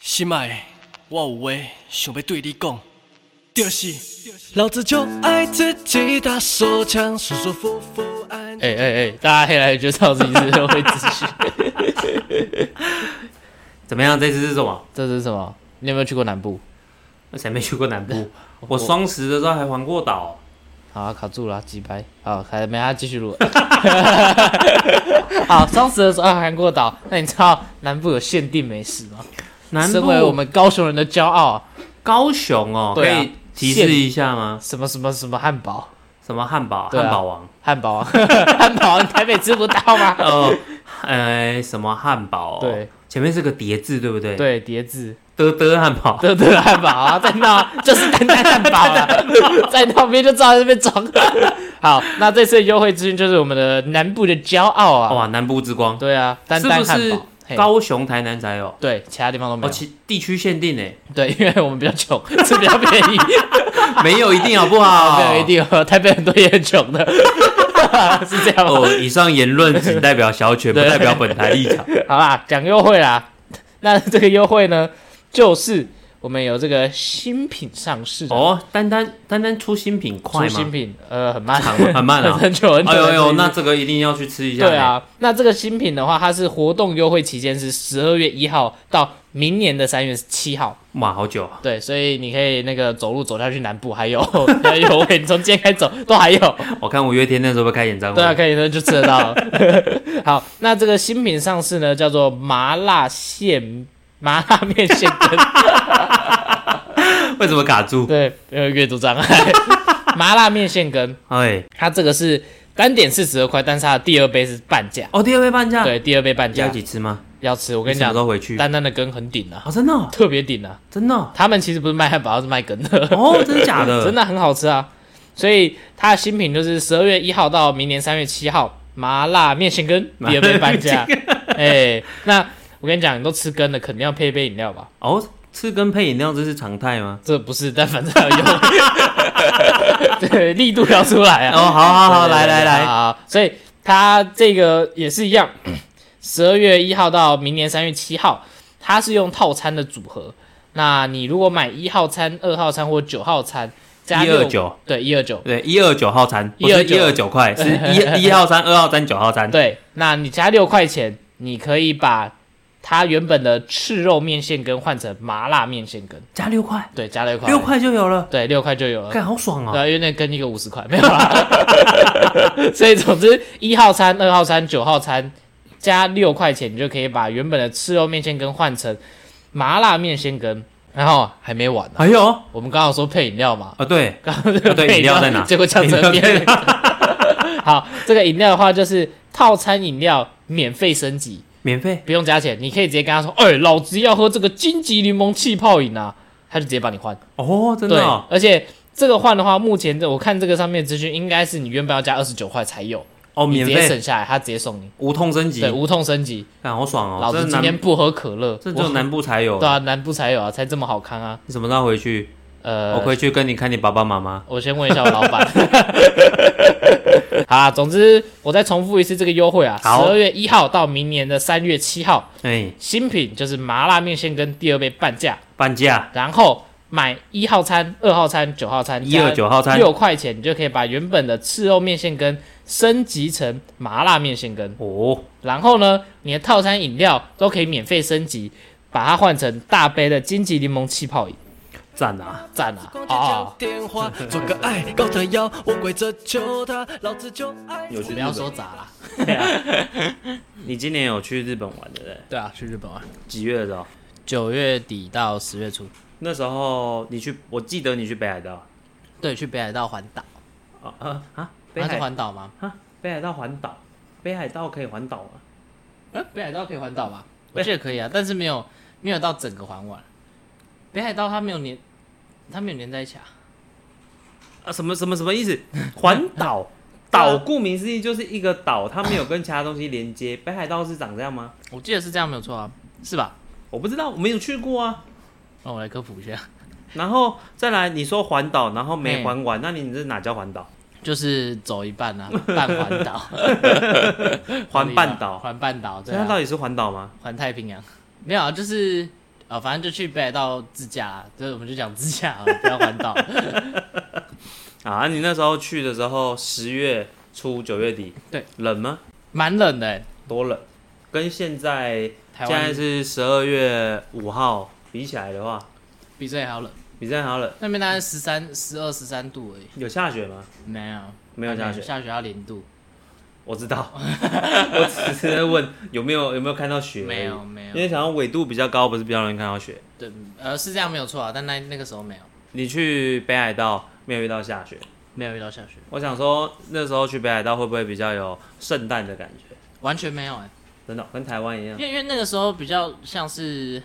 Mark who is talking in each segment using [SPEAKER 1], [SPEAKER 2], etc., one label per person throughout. [SPEAKER 1] 心爱的，我有话想要对你讲，就是老子就爱自己打手枪，舒舒服服安。
[SPEAKER 2] 哎哎哎，大家黑来就知道自己是社会秩序。
[SPEAKER 3] 怎么样？这次是什么？
[SPEAKER 2] 这是什么？你有没有去过南部？
[SPEAKER 3] 那谁没去过 南部？我双十的时候还环过岛。
[SPEAKER 2] 好、啊，卡住了，几拍？好，还没他继续录。 好，双十的时候啊韩国岛，那你知道南部有限定美食吗？
[SPEAKER 3] 南
[SPEAKER 2] 身为我们高雄人的骄傲，
[SPEAKER 3] 高雄哦，可
[SPEAKER 2] 对啊
[SPEAKER 3] 以提示一下吗？
[SPEAKER 2] 什么什么什么汉堡，
[SPEAKER 3] 什么汉堡？
[SPEAKER 2] 对啊
[SPEAKER 3] 汉堡 王？
[SPEAKER 2] 汉堡王，汉堡王，台北吃不到吗？
[SPEAKER 3] 哦，呃，什么汉堡？
[SPEAKER 2] 对，
[SPEAKER 3] 前面是个叠字，对不对？，
[SPEAKER 2] 对，叠字，
[SPEAKER 3] 德德汉堡。
[SPEAKER 2] 德德汉堡啊，在那就是丹丹汉堡啊， 在那边就知道在那边装。 好，那这次的优惠资讯就是我们的南部的骄傲啊，
[SPEAKER 3] 哇，南部之光，
[SPEAKER 2] 对啊，丹
[SPEAKER 3] 是
[SPEAKER 2] 丹
[SPEAKER 3] 不
[SPEAKER 2] 汉
[SPEAKER 3] 是
[SPEAKER 2] 堡，嘿
[SPEAKER 3] 高雄、台南才有？
[SPEAKER 2] 对，其他地方都没
[SPEAKER 3] 哦，
[SPEAKER 2] 有，
[SPEAKER 3] 其地区限定欸诶，
[SPEAKER 2] 对，因为我们比较穷，吃比较便 宜。
[SPEAKER 3] 没有一定好不 好？
[SPEAKER 2] 没有一。定哦，台北很多也很穷的， 是这样吗？
[SPEAKER 3] 哦，以上言论仅代表 小犬，不
[SPEAKER 2] 对
[SPEAKER 3] 代表本台立 场。
[SPEAKER 2] 好啦，讲优惠啦。那这个优惠呢，就是我们有这个新品上市哦，
[SPEAKER 3] 哦，丹丹丹丹出新品
[SPEAKER 2] 出
[SPEAKER 3] 快
[SPEAKER 2] 新
[SPEAKER 3] 吗？
[SPEAKER 2] 品，呃，很慢，
[SPEAKER 3] 很很慢啊！
[SPEAKER 2] 很久很久。
[SPEAKER 3] 哎呦哎呦，
[SPEAKER 2] 很久
[SPEAKER 3] 那这个一定要去吃一下。
[SPEAKER 2] 对，啊，那这个新品的话，它是活动优惠期间是十二月一号到明年的三月七号，
[SPEAKER 3] 哇，好久啊！
[SPEAKER 2] 对，所以你可以那个走路走下去南部，还有 还有优惠，你从今天开始走都还 有。
[SPEAKER 3] 我看五月天那时候会开演唱会。
[SPEAKER 2] 对啊，可以，那就吃得到 了。好，那这个新品上市呢，叫做麻辣线麻辣面线 羹，
[SPEAKER 3] 为什么卡住？
[SPEAKER 2] 对，呃，阅读障碍，麻辣面线羹，
[SPEAKER 3] 哎，
[SPEAKER 2] 它这个是单点是十二块，但是它的第二杯是半价，
[SPEAKER 3] 哦，第二杯半价。，
[SPEAKER 2] 对，第二杯半
[SPEAKER 3] 要
[SPEAKER 2] 价
[SPEAKER 3] 一起吃吗？
[SPEAKER 2] 要吃。我
[SPEAKER 3] 我
[SPEAKER 2] 跟你讲
[SPEAKER 3] 什么时，候回去？
[SPEAKER 2] 丹丹的羹很顶啊，
[SPEAKER 3] 哦，真的哦，
[SPEAKER 2] 特别顶啊。
[SPEAKER 3] 真的哦，
[SPEAKER 2] 他们其实不是卖汉堡，而是卖羹的，
[SPEAKER 3] 哦，真的假的？
[SPEAKER 2] 真
[SPEAKER 3] 的。
[SPEAKER 2] 的很好吃啊。所以它的新品就是十二月一号到明年三月七号，麻辣面线羹第二杯半价。 哎、那我跟你讲，你都吃羹了，肯定要配一杯饮料吧？
[SPEAKER 3] 哦，吃跟配饮料这是常态吗？
[SPEAKER 2] 这不是，但反正 要用，对，力度要出来
[SPEAKER 3] 哦，
[SPEAKER 2] 啊！
[SPEAKER 3] 好好好，
[SPEAKER 2] 对
[SPEAKER 3] 来来，
[SPEAKER 2] 对对
[SPEAKER 3] 来，
[SPEAKER 2] 好所以它这个也是一样， 十二月一号到明年三月七号，它是用套餐的组合。那你如果买一号餐、二号餐或九号餐，加
[SPEAKER 3] 一二
[SPEAKER 2] 六
[SPEAKER 3] 九，
[SPEAKER 2] 对一二九，
[SPEAKER 3] 对，一二九号餐，不是
[SPEAKER 2] 129
[SPEAKER 3] 一二九块，是 一一号餐、二号餐、九号餐。
[SPEAKER 2] 对，那你加六块钱，你可以把它原本的赤肉面线羹换成麻辣面线羹，
[SPEAKER 3] 加六块，
[SPEAKER 2] 对，加六块，
[SPEAKER 3] 六，块就有了，
[SPEAKER 2] 对，六块就有了。
[SPEAKER 3] 看好爽
[SPEAKER 2] 对
[SPEAKER 3] 哦！
[SPEAKER 2] 啊，因为那跟一个五十块没有啦。 所以总之，一号餐、二号餐、九号餐加六块钱，你就可以把原本的赤肉面线羹换成麻辣面线羹。然后还没完呢、
[SPEAKER 3] 还有啊，
[SPEAKER 2] 我们刚好说配饮料嘛，
[SPEAKER 3] 对，
[SPEAKER 2] 刚刚这个
[SPEAKER 3] 啊对
[SPEAKER 2] 配
[SPEAKER 3] 饮料在哪
[SPEAKER 2] 结果呛成
[SPEAKER 3] 饮料
[SPEAKER 2] 面
[SPEAKER 3] 在。
[SPEAKER 2] 好，这个饮料的话就是套餐饮料免费升级，
[SPEAKER 3] 免费
[SPEAKER 2] 不用加钱，你可以直接跟他说：“哎、老子要喝这个荆棘柠檬气泡饮啊！”他就直接帮你换。
[SPEAKER 3] 哦，真
[SPEAKER 2] 对
[SPEAKER 3] 的哦，，
[SPEAKER 2] 而且这个换的话，目前这我看这个上面的资讯，应该是你原本要加二十九块才有，
[SPEAKER 3] 哦，
[SPEAKER 2] 你
[SPEAKER 3] 免
[SPEAKER 2] 直接
[SPEAKER 3] 费
[SPEAKER 2] 省下来，他直接送你，
[SPEAKER 3] 无痛升级
[SPEAKER 2] 对，，无痛升级。
[SPEAKER 3] 看好爽哦！
[SPEAKER 2] 老
[SPEAKER 3] 这
[SPEAKER 2] 子今
[SPEAKER 3] 南
[SPEAKER 2] 天不喝可乐，
[SPEAKER 3] 这只有
[SPEAKER 2] 我
[SPEAKER 3] 南部才有，
[SPEAKER 2] 对啊，南部才有啊，才这么好看啊。
[SPEAKER 3] 你什么时候回去？
[SPEAKER 2] 呃
[SPEAKER 3] 我，回去跟你看你爸爸妈妈。
[SPEAKER 2] 我先问一下我老 板。好啊，总之我再重复一次这个优惠啊，十
[SPEAKER 3] 好
[SPEAKER 2] 二月一号到明年的三月七号，
[SPEAKER 3] 哎，
[SPEAKER 2] 新品就是麻辣面线跟第二杯半价，
[SPEAKER 3] 半价
[SPEAKER 2] 然后买一号餐、二号餐、九号餐，
[SPEAKER 3] 一二九号餐
[SPEAKER 2] 六块钱，你就可以把原本的赤肉面线羹升级成麻辣面线羹。
[SPEAKER 3] 哦，
[SPEAKER 2] 然后呢，你的套餐饮料都可以免费升级，把它换成大杯的金桔柠檬气泡饮，
[SPEAKER 3] 赞 啊！
[SPEAKER 2] 赞啊！啊、
[SPEAKER 1] 啊！电话做个爱高腾腰，我跪着求他，老子就爱。
[SPEAKER 3] 有去
[SPEAKER 2] 不要说砸啦，啊
[SPEAKER 3] 你今年有去日本玩对不对？
[SPEAKER 2] 对啊，去日本玩，
[SPEAKER 3] 几月的时候？
[SPEAKER 2] 九月底到十月初，
[SPEAKER 3] 那时候你去，我记得你去北海道。
[SPEAKER 2] 对，去北海道环岛，
[SPEAKER 3] 啊啊啊！北
[SPEAKER 2] 那是
[SPEAKER 3] 海
[SPEAKER 2] 环岛吗？
[SPEAKER 3] 啊，北海道环岛，北海道可以环岛吗？
[SPEAKER 2] 呃，北海道可以环岛吧？我
[SPEAKER 3] 对
[SPEAKER 2] 记得可以啊，但是没有没有到整个环完。北海道它没有连，它没有连在一起啊。
[SPEAKER 3] 啊，什么什么什么意思？环
[SPEAKER 2] 啊
[SPEAKER 3] 岛岛，顾名思义就是一个岛，它没有跟其他东西连接。北海道是长这样吗？
[SPEAKER 2] 我记得是这样没有错啊，是吧？
[SPEAKER 3] 我不知道，我没有去过啊。
[SPEAKER 2] 那我来科普一下，
[SPEAKER 3] 然后再来，你说环岛，然后没
[SPEAKER 2] 嘿
[SPEAKER 3] 环完，那你这哪叫环 岛？
[SPEAKER 2] 就是走一半 啊，半环岛，
[SPEAKER 3] 环半岛，
[SPEAKER 2] 环半岛，
[SPEAKER 3] 所
[SPEAKER 2] 对
[SPEAKER 3] 以它
[SPEAKER 2] 啊
[SPEAKER 3] 到，底是环岛吗？
[SPEAKER 2] 环太平洋，没有啊，就是啊、反正就去北海道自驾啦，就是我们就讲自驾啊，不要 环岛。
[SPEAKER 3] 啊，你那时候去的时候，十月初九月底，
[SPEAKER 2] 对，
[SPEAKER 3] 冷吗？
[SPEAKER 2] 蛮冷的欸、
[SPEAKER 3] 多冷，跟现在
[SPEAKER 2] 台
[SPEAKER 3] 现在
[SPEAKER 2] 湾
[SPEAKER 3] 是十二月五号比起来的话，
[SPEAKER 2] 比这里还要冷，
[SPEAKER 3] 比这还要冷。
[SPEAKER 2] 那边大概十三、十二、十三度而已，
[SPEAKER 3] 有下雪吗？
[SPEAKER 2] 没有，
[SPEAKER 3] 没有下雪
[SPEAKER 2] 下雪要零度，
[SPEAKER 3] 我知道， 我只是在问有没有有没有看到雪，
[SPEAKER 2] 没有，没
[SPEAKER 3] 因为
[SPEAKER 2] 有，
[SPEAKER 3] 想要纬度比较高，不是比较容易看到雪。
[SPEAKER 2] 对，呃，是这样没有错啊，但那那个时候没有，
[SPEAKER 3] 你去北海道没有遇到下雪，
[SPEAKER 2] 没有遇到下雪，
[SPEAKER 3] 我想说那时候去北海道会不会比较有圣诞的感觉？
[SPEAKER 2] 完全没有哎、
[SPEAKER 3] 真的哦跟台湾一样
[SPEAKER 2] 因，为因为那个时候比较像是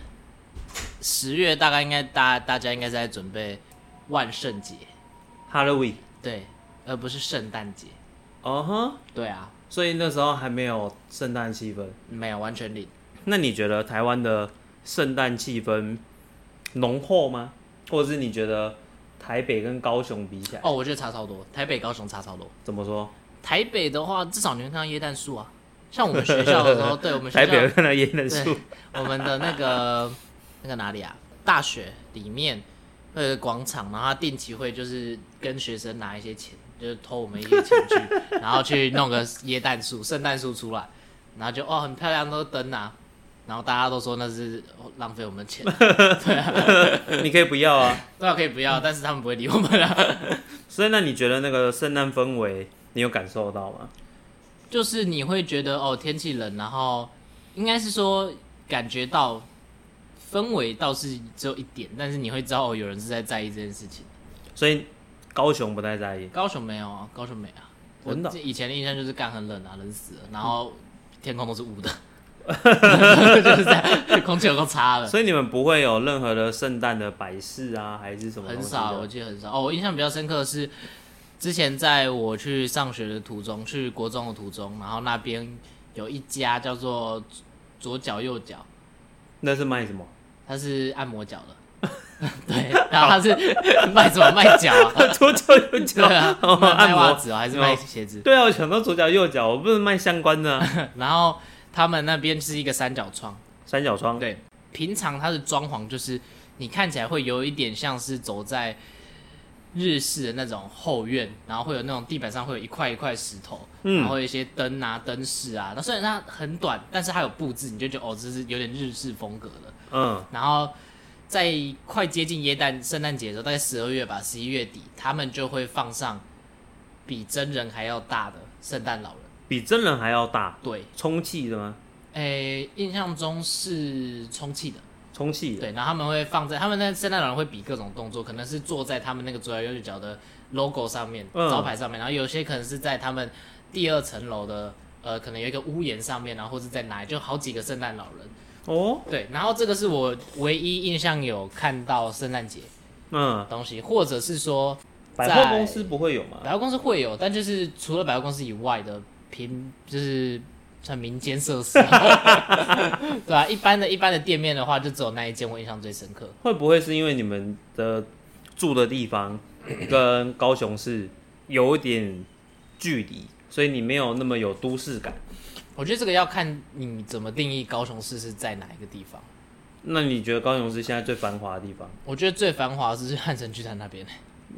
[SPEAKER 2] 十月，大概应该大大家应该是在准备万圣节，
[SPEAKER 3] 哈喽 e
[SPEAKER 2] 对，而不是圣诞节，
[SPEAKER 3] 哦哼，
[SPEAKER 2] 对啊，
[SPEAKER 3] 所以那时候还没有圣诞气氛。
[SPEAKER 2] 没有完全零，
[SPEAKER 3] 那你觉得台湾的圣诞气氛浓厚吗？或者是你觉得台北跟高雄比起来，
[SPEAKER 2] 哦，我觉得差超多，台北、高雄差超多。
[SPEAKER 3] 怎么说？
[SPEAKER 2] 台北的话，至少你会看到椰蛋树啊。像我们学校的时候，对我们学
[SPEAKER 3] 台
[SPEAKER 2] 校，
[SPEAKER 3] 北有看到椰蛋树，
[SPEAKER 2] 我们的那个 那个哪里啊？大学里面会有个广场，然后他定期会就是跟学生拿一些钱，就是偷我们一些钱去，然后去弄个椰蛋树、圣诞树出来，然后就哦很漂亮，都是灯啊，然后大家都说那是哦浪费我们的钱，
[SPEAKER 3] 你可以不要啊。
[SPEAKER 2] 对啊可以不要，但是他们不会理我们啊。
[SPEAKER 3] 所以那你觉得那个圣诞氛围，你有感受到吗？
[SPEAKER 2] 就是你会觉得哦天气冷，然后应该是说感觉到氛围倒是只有一点，但是你会知道哦有人是在在意这件事情。
[SPEAKER 3] 所以高雄不太在意，
[SPEAKER 2] 高雄没有啊，高雄没啊。我
[SPEAKER 3] 真的哦嗯
[SPEAKER 2] 以前的印象就是干很冷啊，冷死了，然后天空都是雾 的，就是这样，空气有够差了，
[SPEAKER 3] 所以你们不会有任何的圣诞的摆饰啊，还是什么东
[SPEAKER 2] 很
[SPEAKER 3] 西的？
[SPEAKER 2] 少，我记得很少。哦，我印象比较深刻的是，之前在我去上学的途中，去国中的途中，然后那边有一家叫做左脚右脚，
[SPEAKER 3] 那是卖 什么？
[SPEAKER 2] 他是按摩脚的， 对，然后他是卖什么卖脚 啊？
[SPEAKER 3] 左脚右
[SPEAKER 2] 对
[SPEAKER 3] 脚
[SPEAKER 2] 啊，
[SPEAKER 3] 哦
[SPEAKER 2] 卖
[SPEAKER 3] 按
[SPEAKER 2] 卖袜
[SPEAKER 3] 摩
[SPEAKER 2] 子哦，还是
[SPEAKER 3] 哦
[SPEAKER 2] 卖鞋子？
[SPEAKER 3] 对啊，我想到左脚右脚，我不是卖相关的啊、
[SPEAKER 2] 然后他们那边是一个三角窗，
[SPEAKER 3] 三角窗。
[SPEAKER 2] 对，平常它的装潢就是你看起来会有一点像是走在日式的那种后院，然后会有那种地板上会有一块一块石头，
[SPEAKER 3] 嗯
[SPEAKER 2] 然后有一些灯啊、灯饰啊。那虽然它很短，但是它有布置，你就觉得哦，这是有点日式风格的。
[SPEAKER 3] 嗯，
[SPEAKER 2] 然后在快接近耶诞圣诞节的时候，大概十二月吧，十一月底，他们就会放上比真人还要大的圣诞老人。
[SPEAKER 3] 比真人还要大，
[SPEAKER 2] 对，
[SPEAKER 3] 充气的吗？
[SPEAKER 2] 诶，印象中是充气的，
[SPEAKER 3] 充气的。
[SPEAKER 2] 对，然后他们会放在他们那圣诞老人会比各种动作，可能是坐在他们那个左右右脚的 logo 上面、
[SPEAKER 3] 嗯
[SPEAKER 2] 招牌上面，然后有些可能是在他们第二层楼的呃，可能有一个屋檐上面，然后或是在哪里，就好几个圣诞老人。
[SPEAKER 3] 哦，
[SPEAKER 2] 对，然后这个是我唯一印象有看到圣诞节。
[SPEAKER 3] 嗯，
[SPEAKER 2] 东西，或者是说
[SPEAKER 3] 百
[SPEAKER 2] 在
[SPEAKER 3] 货公司不会有吗？
[SPEAKER 2] 百货公司会有，但就是除了百货公司以外的平，就是算民间设施 啊，对啊，一般的一般的店面的话，就只有那一间我印象最深刻。
[SPEAKER 3] 会不会是因为你们的住的地方跟高雄市有一点距离，所以你没有那么有都市感？
[SPEAKER 2] 我觉得这个要看你怎么定义高雄市是在哪一个地方。
[SPEAKER 3] 那你觉得高雄市现在最繁华的地方，
[SPEAKER 2] 我觉得最繁华的是汉城巨蛋那边，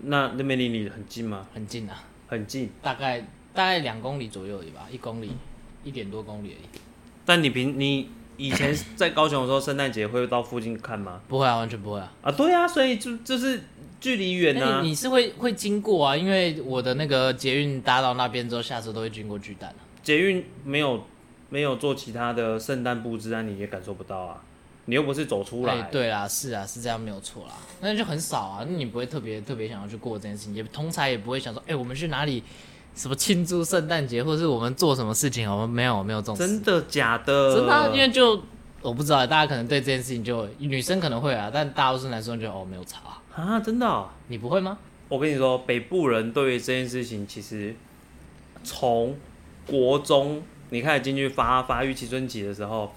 [SPEAKER 3] 那那边离你很近吗？
[SPEAKER 2] 很近啊，
[SPEAKER 3] 很近，
[SPEAKER 2] 大概大概两公里左右而已吧，一公里一点多公里而已。
[SPEAKER 3] 但你平你以前在高雄的时候，圣诞节会到附近看吗？
[SPEAKER 2] 不会啊，完全不会啊。
[SPEAKER 3] 啊，对啊，所以就就是距离远
[SPEAKER 2] 那
[SPEAKER 3] 啊
[SPEAKER 2] 你。你是会会经过啊？因为我的那个捷运搭到那边之后，下次都会经过巨蛋啊。
[SPEAKER 3] 捷运没有没有做其他的圣诞布置啊，你也感受不到啊，你又不是走出来，
[SPEAKER 2] 哎对啦，是啊，是这样没有错啦。那就很少啊，那你不会特别特别想要去过这件事情，也通常也不会想说，哎、我们去哪里什么庆祝圣诞节，或者是我们做什么事情，我们没有没有这种事
[SPEAKER 3] 真的假的？
[SPEAKER 2] 真的啊、因为就我不知道，大家可能对这件事情就女生可能会啊，但大多数男生就觉得哦没有差啊、
[SPEAKER 3] 啊，真的哦、
[SPEAKER 2] 你不会吗？
[SPEAKER 3] 我跟你说，北部人对于这件事情，其实从国中你开始进去发发育青春期的时候，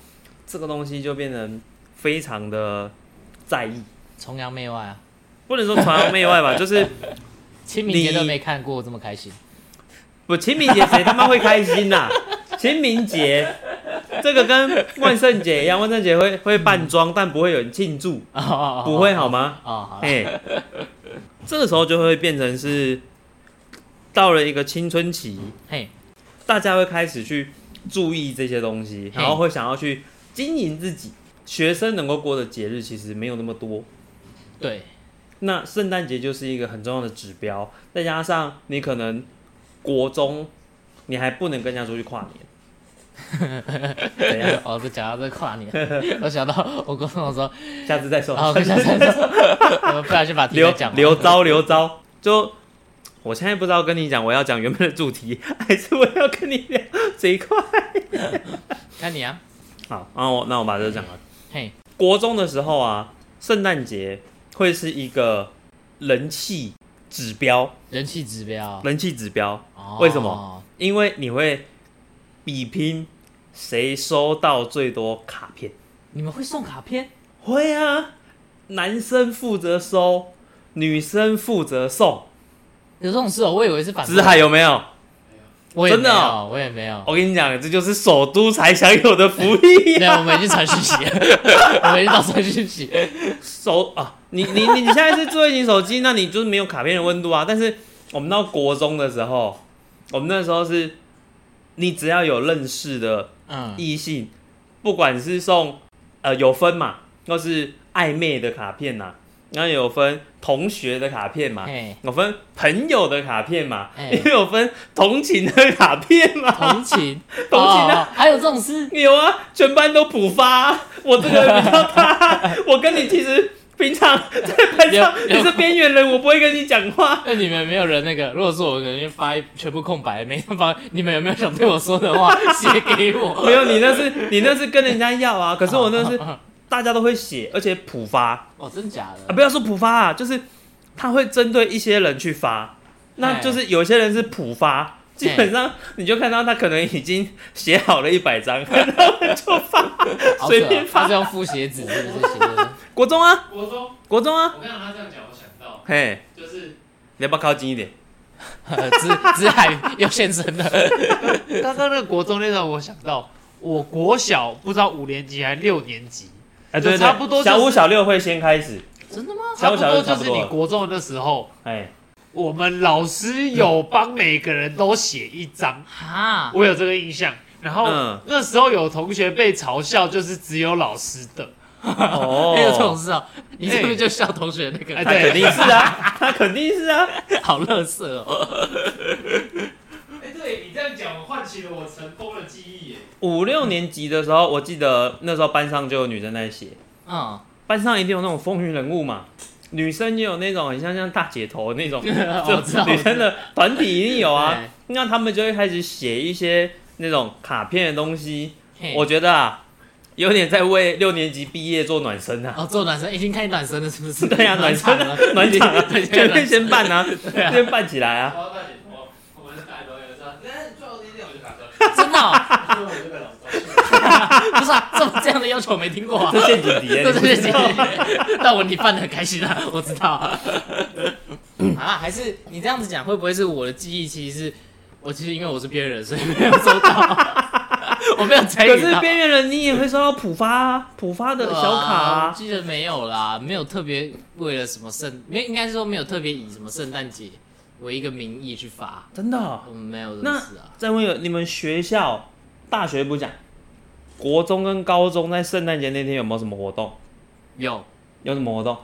[SPEAKER 3] 这个东西就变成非常的在意，
[SPEAKER 2] 崇洋媚外啊，
[SPEAKER 3] 不能说崇洋媚外吧， 就是
[SPEAKER 2] 清明节都
[SPEAKER 3] 你
[SPEAKER 2] 没看过这么开心，
[SPEAKER 3] 不清明节谁他妈会开心呐、清明节这个跟万圣节一样，万圣节会会扮装，但不会有人庆祝，
[SPEAKER 2] 哦哦哦
[SPEAKER 3] 不会好吗？
[SPEAKER 2] 哦，好啦，
[SPEAKER 3] 哎、这个时候就会变成是到了一个青春期，
[SPEAKER 2] 嘿，
[SPEAKER 3] 大家会开始去注意这些东西，
[SPEAKER 2] 嘿
[SPEAKER 3] 然后会想要去经营自己。学生能够过的节日其实没有那么多，
[SPEAKER 2] 对，
[SPEAKER 3] 那圣诞节就是一个很重要的指标，再加上你可能国中你还不能跟人家出去跨年，怎样？
[SPEAKER 2] 哦，这讲到这跨年，我想到我跟我 说，
[SPEAKER 3] 下次再说
[SPEAKER 2] 然。后跟小三说，我不小心把题
[SPEAKER 3] 留
[SPEAKER 2] 目讲完
[SPEAKER 3] 留招留招，就我现在不知道跟你讲我要讲原本的主题，还是我要跟你聊这一块。
[SPEAKER 2] 看你啊，
[SPEAKER 3] 好，然后我那我把这个讲完。
[SPEAKER 2] 嘿，
[SPEAKER 3] 国中的时候啊，圣诞节会是一个人气指标，
[SPEAKER 2] 人气指标，
[SPEAKER 3] 人气指标，
[SPEAKER 2] 哦
[SPEAKER 3] 为什么？因为你会比拼谁收到最多卡片。
[SPEAKER 2] 你们会送卡片？
[SPEAKER 3] 会啊，男生负责收，女生负责送。
[SPEAKER 2] 有这种事哦，我以为是反
[SPEAKER 3] 子海有没有？
[SPEAKER 2] 我也
[SPEAKER 3] 真的
[SPEAKER 2] 没有
[SPEAKER 3] 哦
[SPEAKER 2] 我也没有。
[SPEAKER 3] 我跟你讲，这就是首都才享有的福利啊
[SPEAKER 2] 对，
[SPEAKER 3] 呀、
[SPEAKER 2] 我们已经传讯息 了，我们已经到传讯息。
[SPEAKER 3] 手啊，你你你你现在是智慧型手机，那你就是没有卡片的温度啊。但是我们到国中的时候，我们那时候是，你只要有认识的
[SPEAKER 2] 嗯，
[SPEAKER 3] 异性，不管是送呃有分嘛，或是暧昧的卡片呐、那有分同学的卡片嘛，
[SPEAKER 2] 嘿，
[SPEAKER 3] 有分朋友的卡片嘛，
[SPEAKER 2] 哎
[SPEAKER 3] 也有分同情的卡片嘛，
[SPEAKER 2] 同情，
[SPEAKER 3] 同情啊
[SPEAKER 2] 哦，还有这种事？
[SPEAKER 3] 有啊，全班都普发、啊我这个人比较大，啊我跟你其实平常在班上
[SPEAKER 2] 有
[SPEAKER 3] 你
[SPEAKER 2] 有
[SPEAKER 3] 是边缘人，我不会跟你讲话。
[SPEAKER 2] 那你们没有人那个？如果说我可能就发一全部空白，没办法。你们有没有想对我说的话 写给我？
[SPEAKER 3] 没有，你那是你那是跟人家要啊，可是我那是
[SPEAKER 2] 哦
[SPEAKER 3] 大家都会写，而且普发啊，
[SPEAKER 2] 哦，真假的？
[SPEAKER 3] 不要说普发啊，就是他会针对一些人去发，那
[SPEAKER 2] 哎
[SPEAKER 3] 就是有些人是普发。基本上你就看到他可能已经写好了一百张， 然后就发
[SPEAKER 2] 好扯
[SPEAKER 3] 随便
[SPEAKER 2] 哦啊他
[SPEAKER 3] 发
[SPEAKER 2] 是。用复写纸，是不是写的？
[SPEAKER 3] 国中啊，
[SPEAKER 4] 国中，
[SPEAKER 3] 国中啊，
[SPEAKER 4] 我刚刚他这样讲，我想到
[SPEAKER 3] 嘿，
[SPEAKER 4] 就是
[SPEAKER 3] 你要不要靠近一点？
[SPEAKER 2] 呃子子海又现身了。
[SPEAKER 4] 刚刚那个国中那种，我想到我国小不知道五年级还六年级，
[SPEAKER 3] 哎，
[SPEAKER 4] 就
[SPEAKER 3] 对对，
[SPEAKER 4] 差不多就是
[SPEAKER 3] 小五、小六会先开始。
[SPEAKER 2] 真的吗？
[SPEAKER 4] 差
[SPEAKER 3] 小
[SPEAKER 4] 不
[SPEAKER 3] 五小六
[SPEAKER 4] 多
[SPEAKER 3] 差
[SPEAKER 4] 就
[SPEAKER 3] 不
[SPEAKER 4] 是
[SPEAKER 3] 多
[SPEAKER 4] 你国中的那时候，
[SPEAKER 3] 哎，
[SPEAKER 4] 我们老师有帮每个人都写一张，
[SPEAKER 2] 哈，
[SPEAKER 4] 我有这个印象。然后、
[SPEAKER 3] 嗯
[SPEAKER 4] 那时候有同学被嘲笑，就是只有老师的，
[SPEAKER 3] 哦
[SPEAKER 2] 没有这种事哦。你是不是就笑同学那个？
[SPEAKER 4] 哎
[SPEAKER 3] 他肯定是啊，他肯定是啊。
[SPEAKER 2] 好乐色哦。
[SPEAKER 4] 哎、对你这样讲，唤起了我尘封的记忆耶。
[SPEAKER 3] 五六年级的时候，我记得那时候班上就有女生在写，
[SPEAKER 2] 嗯，
[SPEAKER 3] 班上一定有那种风云人物嘛，女生也有那种很像像大姐头 那种，
[SPEAKER 2] 哦我知道
[SPEAKER 3] 女生的团体一定有啊
[SPEAKER 2] 对。
[SPEAKER 3] 那他们就会开始写一些那种卡片的东西，
[SPEAKER 2] 嘿
[SPEAKER 3] 我觉得啊，有点在为六年级毕业做暖身啊。
[SPEAKER 2] 哦，做暖身已经开始哦 暖身了，是不是？
[SPEAKER 3] 对啊，暖身
[SPEAKER 2] 场
[SPEAKER 3] 啊
[SPEAKER 2] 了，
[SPEAKER 3] 暖场啊，
[SPEAKER 2] 对
[SPEAKER 3] 前面先办啊，
[SPEAKER 2] 对啊
[SPEAKER 3] 先办起来啊。
[SPEAKER 4] 要大姐头，我们大姐头也是，哎，最后那天我就卡车，
[SPEAKER 2] 真 的哦，
[SPEAKER 4] 最后我就被老师。
[SPEAKER 2] 不是啊，这么这样的要求没听过啊
[SPEAKER 3] 这。陷阱题耶，
[SPEAKER 2] 这
[SPEAKER 3] 你不
[SPEAKER 2] 是
[SPEAKER 3] 知
[SPEAKER 2] 陷
[SPEAKER 3] 道
[SPEAKER 2] 阱， 但我你犯的很开心啊，我知道 啊。啊，还是你这样子讲，会不会是我的记忆其实是我其实因为我是边缘人，所以没有收到， 我没有参
[SPEAKER 3] 可
[SPEAKER 2] 与
[SPEAKER 3] 是
[SPEAKER 2] 到。
[SPEAKER 3] 边缘人你也会收到浦发、啊、浦发的小卡、
[SPEAKER 2] 哇我
[SPEAKER 3] 啊，
[SPEAKER 2] 记得没有啦，没有特别为了什么圣，没应该是说没有特别以什么圣诞节为一个名义去发，
[SPEAKER 3] 真的哦、
[SPEAKER 2] 我们没有这种
[SPEAKER 3] 那
[SPEAKER 2] 事啊。
[SPEAKER 3] 再问有你们学校大学不讲，国中跟高中在圣诞节那天有没有什么活动？
[SPEAKER 2] 有
[SPEAKER 3] 有什么活动？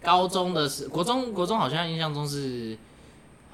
[SPEAKER 2] 高中的时，国中国中好像印象中是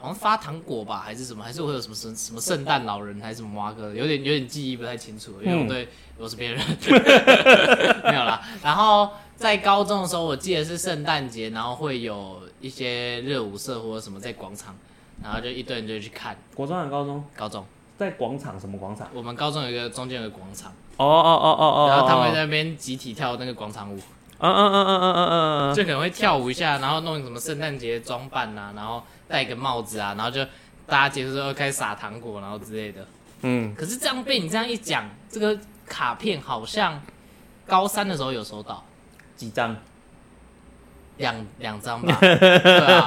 [SPEAKER 2] 好像发糖果吧，还是什么，还是会有什么圣什么圣诞老人还是什么蛙哥，有点有点记忆不太清楚，因为我对、我是别人 没有啦。然后在高中的时候，我记得是圣诞节，然后会有一些热舞社或者什么在广场，然后就一堆人就会去看。
[SPEAKER 3] 国中还高中
[SPEAKER 2] 高中，
[SPEAKER 3] 在广场什么广场？
[SPEAKER 2] 我们高中有一个中间有个广场，
[SPEAKER 3] 哦哦哦哦哦，
[SPEAKER 2] 然后他们
[SPEAKER 3] 哦
[SPEAKER 2] 在那边集体跳那个广场舞，
[SPEAKER 3] 嗯嗯嗯嗯嗯嗯嗯嗯嗯，
[SPEAKER 2] 就可能会跳舞一下，然后弄什么圣诞节装扮啊，然后戴个帽子啊，然后就大家结束之后开始撒糖果，然后之类的。
[SPEAKER 3] 嗯，
[SPEAKER 2] 可是这样被你这样一讲，这个卡片好像高三的时候有收到
[SPEAKER 3] 几张？
[SPEAKER 2] 两两张 吧，对啊，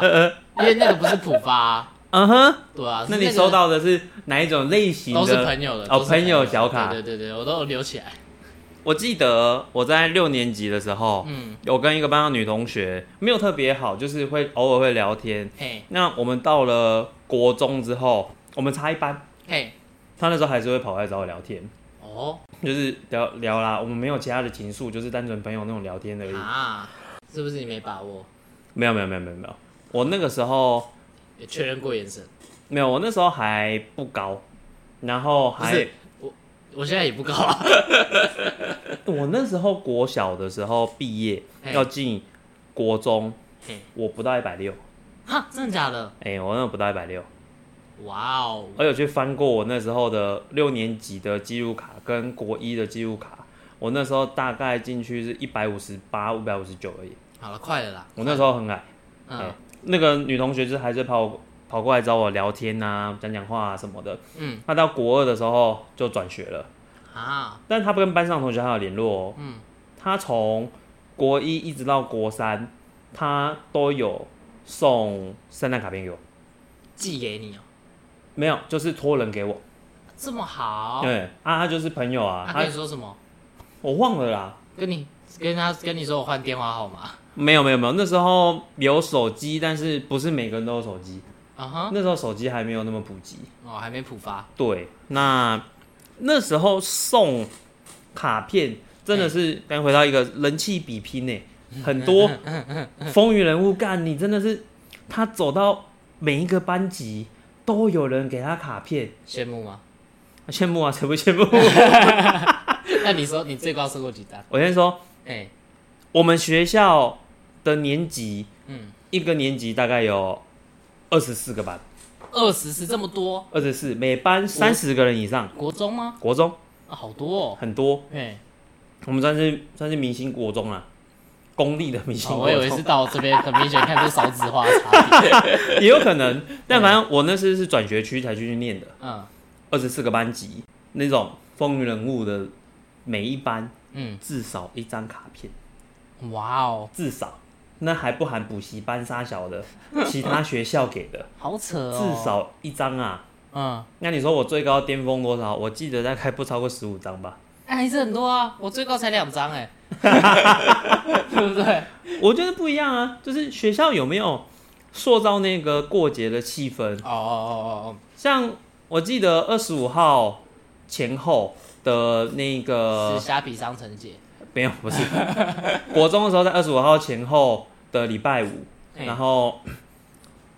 [SPEAKER 2] 因为那个不是浦发啊、
[SPEAKER 3] 嗯哼，
[SPEAKER 2] 对啊，
[SPEAKER 3] 那
[SPEAKER 2] 是
[SPEAKER 3] 你
[SPEAKER 2] 个
[SPEAKER 3] 收到的是哪一种类型的？
[SPEAKER 2] 都是朋友的
[SPEAKER 3] 哦
[SPEAKER 2] 都是
[SPEAKER 3] 朋友小卡
[SPEAKER 2] 对对对，我都有留起来。
[SPEAKER 3] 我记得我在六年级的时候，
[SPEAKER 2] 嗯，
[SPEAKER 3] 有跟一个班上女同学没有特别好，就是会偶尔会聊天。
[SPEAKER 2] 嘿，
[SPEAKER 3] 那我们到了国中之后，我们差一班，
[SPEAKER 2] 嘿，
[SPEAKER 3] 她那时候还是会跑来找我聊天，
[SPEAKER 2] 哦，
[SPEAKER 3] 就是聊聊啦。我们没有其他的情愫，就是单纯朋友那种聊天而已。
[SPEAKER 2] 啊，是不是你没把握？
[SPEAKER 3] 没有没有没有没有没有，我那个时候
[SPEAKER 2] 也确认过眼神，
[SPEAKER 3] 没有，我那时候还不高，然后
[SPEAKER 2] 不
[SPEAKER 3] 还
[SPEAKER 2] 是我，我现在也不高啊。
[SPEAKER 3] 我那时候国小的时候毕业
[SPEAKER 2] 嘿
[SPEAKER 3] 要进国中
[SPEAKER 2] 嘿，
[SPEAKER 3] 我不到一百六，
[SPEAKER 2] 哈，真的假的？
[SPEAKER 3] 哎，我那不到一百六，
[SPEAKER 2] 哇哦，
[SPEAKER 3] 而有去翻过我那时候的六年级的记录卡跟国一的记录卡，我那时候大概进去是一百五十八、五百五十九而已，
[SPEAKER 2] 好了，快了啦。
[SPEAKER 3] 我那时候很矮，
[SPEAKER 2] 嗯
[SPEAKER 3] 哎，那个女同学就是还是跑跑过来找我聊天啊，讲讲话啊什么的，
[SPEAKER 2] 嗯，
[SPEAKER 3] 她到国二的时候就转学了。
[SPEAKER 2] 啊，
[SPEAKER 3] 但他不跟班上同学还有联络哦。
[SPEAKER 2] 嗯，
[SPEAKER 3] 他从国一一直到国三，他都有送圣诞卡片给我，
[SPEAKER 2] 寄给你哦，
[SPEAKER 3] 没有，就是托人给我。
[SPEAKER 2] 这么好。
[SPEAKER 3] 对啊，他就是朋友啊，
[SPEAKER 2] 他
[SPEAKER 3] 他
[SPEAKER 2] 哦跟你说什么？
[SPEAKER 3] 我忘了啦。
[SPEAKER 2] 跟你跟他跟你说我换电话号码。
[SPEAKER 3] 没有没有没有，那时候有手机，但是不是每个人都有手机。
[SPEAKER 2] 啊哈，
[SPEAKER 3] 那时候手机还没有那么普及。
[SPEAKER 2] 哦，还没浦发。
[SPEAKER 3] 对，那那时候送卡片真的是刚回到一个人气比拼呢、很多风云人物干，你真的是他走到每一个班级都有人给他卡片，
[SPEAKER 2] 羡慕吗？
[SPEAKER 3] 羡慕啊，谁不羡慕？
[SPEAKER 2] 那你说你最高收过几单？
[SPEAKER 3] 我先说，
[SPEAKER 2] 哎，
[SPEAKER 3] 我们学校的年级，
[SPEAKER 2] 嗯，
[SPEAKER 3] 一个年级大概有二十四个班，
[SPEAKER 2] 二十是这么多，
[SPEAKER 3] 二十四，每班三十个人以上，
[SPEAKER 2] 国中吗？
[SPEAKER 3] 国中
[SPEAKER 2] 啊好多哦。
[SPEAKER 3] 很多，
[SPEAKER 2] 哎，
[SPEAKER 3] 我们算是算是明星国中啊，公立的明星
[SPEAKER 2] 哦
[SPEAKER 3] 国
[SPEAKER 2] 我以
[SPEAKER 3] 中。
[SPEAKER 2] 为是到这边很明显看出少子化差别。
[SPEAKER 3] 也有 可能，但反正我那次是转学区才去念的，
[SPEAKER 2] 嗯
[SPEAKER 3] 二十四个班级那种风云人物的，每一班
[SPEAKER 2] 嗯，
[SPEAKER 3] 至少一张卡片，
[SPEAKER 2] 哇哦，
[SPEAKER 3] 至少，那还不含补习班杀小的，其他学校给的，
[SPEAKER 2] 好扯
[SPEAKER 3] 至
[SPEAKER 2] 哦。
[SPEAKER 3] 少一张啊。
[SPEAKER 2] 嗯，
[SPEAKER 3] 那你说我最高巅峰多少？我记得大概不超过十五张吧。
[SPEAKER 2] 那还是很多啊，我最高才两张 哎，对不对？
[SPEAKER 3] 我觉得不一样啊，就是学校有没有塑造那个过节的气氛，
[SPEAKER 2] 哦哦哦哦
[SPEAKER 3] 像我记得二十五号前后的那
[SPEAKER 2] 哦，
[SPEAKER 3] 个
[SPEAKER 2] 是虾皮商城节，
[SPEAKER 3] 没有，不是国中的时候，在二十五号前后的礼拜五，
[SPEAKER 2] 嘿
[SPEAKER 3] 然后